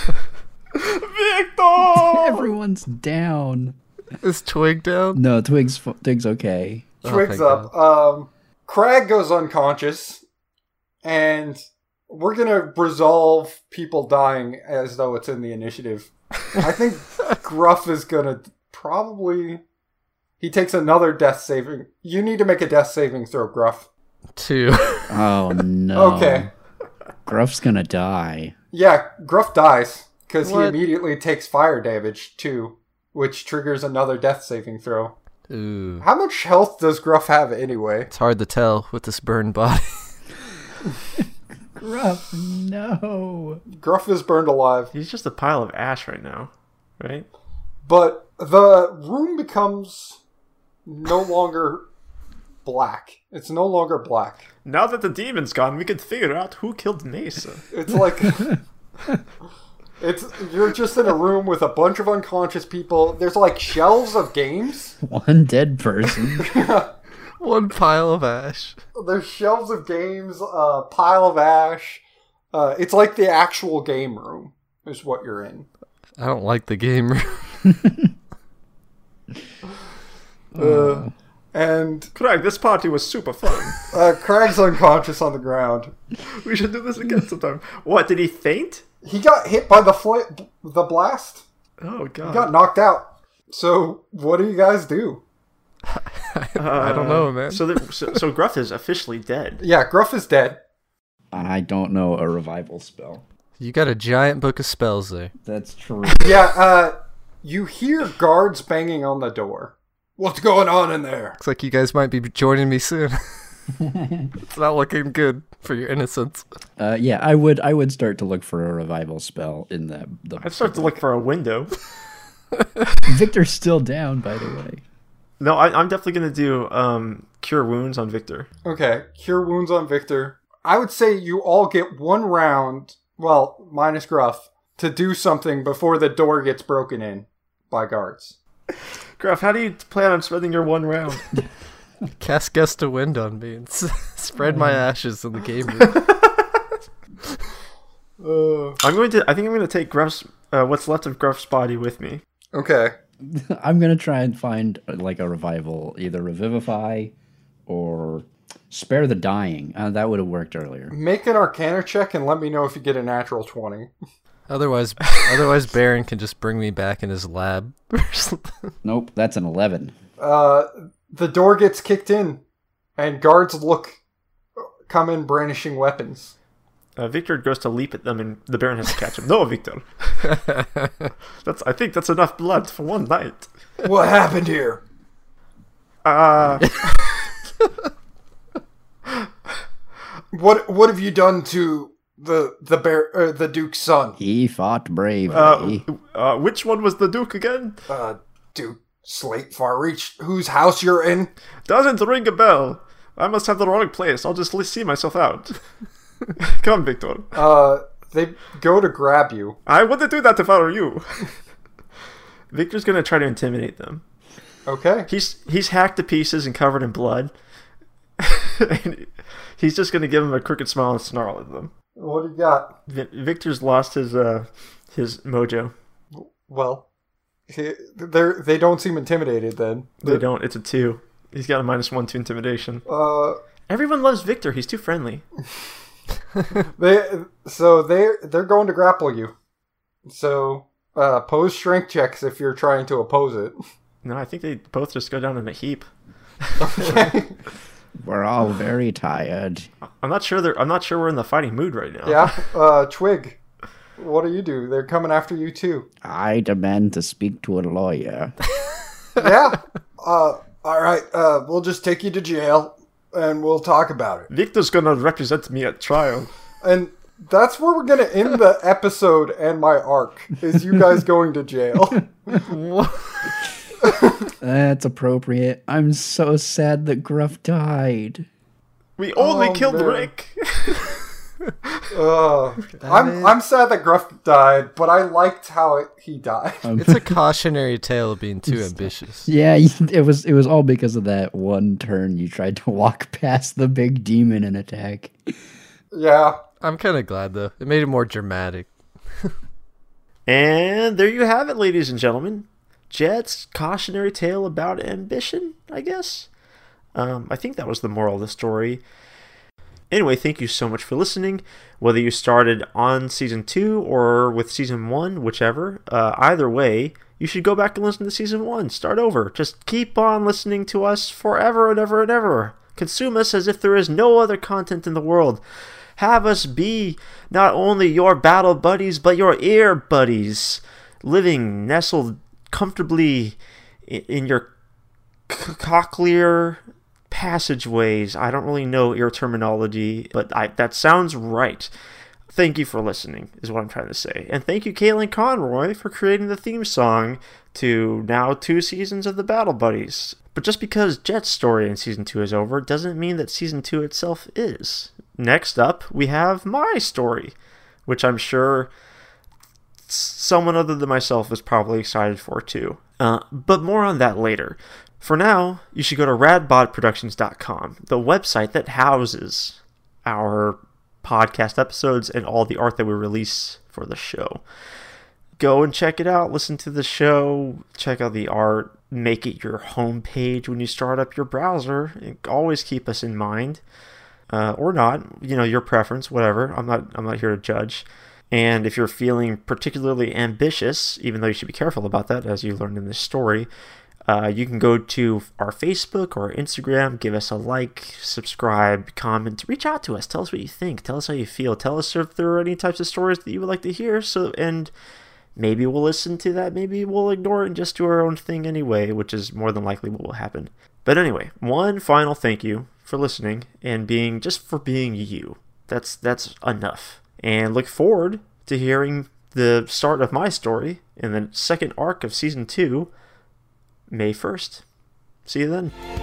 [SPEAKER 5] Victor.
[SPEAKER 4] Everyone's down.
[SPEAKER 6] Is Twig down?
[SPEAKER 4] No, Twig's f- Twig's okay.
[SPEAKER 6] Oh,
[SPEAKER 3] Twig's
[SPEAKER 6] thank
[SPEAKER 3] up. Um, Crag goes unconscious, and we're gonna resolve people dying as though it's in the initiative. I think Gruff is gonna probably. He takes another death saving. You need to make a death saving throw, Gruff.
[SPEAKER 6] Two.
[SPEAKER 4] Oh
[SPEAKER 6] Um,
[SPEAKER 4] no.
[SPEAKER 3] Okay.
[SPEAKER 4] Gruff's gonna die.
[SPEAKER 3] Yeah, Gruff dies because he
[SPEAKER 6] What?
[SPEAKER 3] immediately takes fire damage too, which triggers another death saving throw.
[SPEAKER 6] Ooh.
[SPEAKER 3] How much health does Gruff have anyway?
[SPEAKER 6] It's hard to tell with this burned body.
[SPEAKER 4] Gruff, no.
[SPEAKER 3] Gruff is burned alive.
[SPEAKER 5] He's just a pile of ash right now, right?
[SPEAKER 3] But the room becomes no longer black. It's no longer black.
[SPEAKER 5] Now that the demon's gone, we can figure out who killed Mesa.
[SPEAKER 3] It's like it's you're just in a room with a bunch of unconscious people. There's like shelves of games.
[SPEAKER 4] One dead person.
[SPEAKER 6] One pile of ash.
[SPEAKER 3] There's shelves of games, a pile of ash. Uh, it's like the actual game room is what you're in.
[SPEAKER 6] I don't like the game room.
[SPEAKER 3] Uh, and
[SPEAKER 5] Craig, this party was super fun.
[SPEAKER 3] uh, Craig's unconscious on the ground.
[SPEAKER 5] we should do this again sometime. What, did he faint?
[SPEAKER 3] He got hit by the fl- the blast.
[SPEAKER 5] Oh, God.
[SPEAKER 3] got knocked out. So what do you guys do?
[SPEAKER 6] I don't know, man.
[SPEAKER 5] Uh, So, that, so, so Gruff is officially dead.
[SPEAKER 3] Yeah, Gruff is dead.
[SPEAKER 4] I don't know a revival spell.
[SPEAKER 6] You got a giant book of spells there.
[SPEAKER 4] That's true.
[SPEAKER 3] Yeah, uh, you hear guards banging on the door. What's going on in there?
[SPEAKER 6] Looks like you guys might be joining me soon. it's not looking good for your innocence.
[SPEAKER 4] Uh, yeah, I would. I would start to look for a revival spell in the. the
[SPEAKER 5] I'd start to look for a window.
[SPEAKER 4] Victor's still down, by the way.
[SPEAKER 5] No, I, I'm definitely going to do um, Cure Wounds on Victor.
[SPEAKER 3] Okay, cure wounds on Victor. I would say you all get one round, well, minus Gruff, to do something before the door gets broken in by guards.
[SPEAKER 5] Gruff, how do you plan on spending your one round?
[SPEAKER 6] Cast gust of wind on me and s- spread
[SPEAKER 5] Uh,
[SPEAKER 6] my ashes in the game room.
[SPEAKER 5] I'm going to. I think I'm going to take Gruff's uh, what's left of Gruff's body with me.
[SPEAKER 3] Okay.
[SPEAKER 4] I'm gonna try and find uh, like a revival, either revivify or spare the dying. Uh, that would have worked earlier.
[SPEAKER 3] Make an arcana check and let me know if you get a natural 20.
[SPEAKER 6] otherwise, otherwise Baron can just bring me back in his lab or something.
[SPEAKER 4] Nope, that's an eleven.
[SPEAKER 3] Uh, the door gets kicked in, and guards look come in brandishing weapons.
[SPEAKER 5] Uh, Victor goes to leap at them, and the Baron has to catch him. No, Victor. that's. I think that's enough blood for one night.
[SPEAKER 3] What happened here?
[SPEAKER 5] Uh,
[SPEAKER 3] What what have you done to the the bear uh, the duke's son?
[SPEAKER 4] He fought bravely.
[SPEAKER 5] uh, uh, which one was the Duke again?
[SPEAKER 3] Uh, Duke Slate Farreach, whose house you're in?
[SPEAKER 5] Doesn't ring a bell. I must have the wrong place. I'll just see myself out. Come, Victor.
[SPEAKER 3] Uh, they go to grab you.
[SPEAKER 5] I wouldn't do that if I were you. Victor's gonna try to intimidate them.
[SPEAKER 3] Okay,
[SPEAKER 5] He's he's hacked to pieces and covered in blood. and he's just gonna give them a crooked smile and snarl at them.
[SPEAKER 3] what do you got?
[SPEAKER 5] Vi- Victor's lost his uh his mojo.
[SPEAKER 3] Well, they they don't seem intimidated then.
[SPEAKER 5] They don't. It's a two. He's got a minus one to intimidation.
[SPEAKER 3] Uh,
[SPEAKER 5] Everyone loves Victor. He's too friendly.
[SPEAKER 3] they so they they're going to grapple you. So uh, pose strength checks if you're trying to oppose it.
[SPEAKER 5] No, I think they both just go down in a heap.
[SPEAKER 3] Okay.
[SPEAKER 4] We're all very tired.
[SPEAKER 5] I'm not sure they're. I'm not sure we're in the fighting mood right now.
[SPEAKER 3] yeah. Uh, Twig, what do you do? They're coming after you too.
[SPEAKER 4] I demand to speak to a lawyer.
[SPEAKER 3] yeah. Uh, all right. Uh, we'll just take you to jail and we'll talk about it.
[SPEAKER 5] Victor's gonna represent me at trial.
[SPEAKER 3] And that's where we're going to end the episode and my arc is you guys going to jail.
[SPEAKER 4] That's appropriate. I'm so sad that Gruff died.
[SPEAKER 5] We only
[SPEAKER 3] Oh,
[SPEAKER 5] killed
[SPEAKER 3] man.
[SPEAKER 5] Rick.
[SPEAKER 3] Ugh. I'm I'm sad that Gruff died, but I liked how it, he died.
[SPEAKER 6] It's a cautionary tale of being too ambitious.
[SPEAKER 4] Yeah, you- it was it was all because of that one turn you tried to walk past the big demon and attack.
[SPEAKER 3] yeah,
[SPEAKER 6] I'm kind of glad though. It made it more dramatic.
[SPEAKER 5] And there you have it, ladies and gentlemen. Jet's cautionary tale about ambition, I guess. Um, I think that was the moral of the story. Anyway, thank you so much for listening. Whether you started on season two or with season one, whichever, uh, either way, you should go back and listen to season one. Start over. Just keep on listening to us forever and ever and ever. Consume us as if there is no other content in the world. Have us be not only your battle buddies, but your ear buddies, living nestled comfortably i- in your c- cochlear passageways. I don't really know ear terminology, but I, that sounds right. Thank you for listening, is what I'm trying to say. And thank you, Caitlin Conroy, for creating the theme song to now two seasons of the Battle Buddies. But just because Jet's story in season two is over doesn't mean that season two itself is. Next up, we have my story, which I'm sure someone other than myself is probably excited for too. Uh, but more on that later. For now, you should go to radbodproductions.com, the website that houses our podcast episodes and all the art that we release for the show. Go and check it out, listen to the show, check out the art, make it your homepage when you start up your browser. And always keep us in mind uh, or not. You know, your preference, whatever. I'm not I'm not here to judge. And if you're feeling particularly ambitious, even though you should be careful about that, as you learned in this story, uh, you can go to our Facebook or our Instagram, give us a like, subscribe, comment, reach out to us, tell us what you think, tell us how you feel, tell us if there are any types of stories that you would like to hear. So and maybe we'll listen to that, maybe we'll ignore it and just do our own thing anyway, which is more than likely what will happen. But anyway, one final thank you for listening and being just for being you. That's that's enough. And look forward to hearing the start of my story in the second arc of season 2, May 1st. See you then.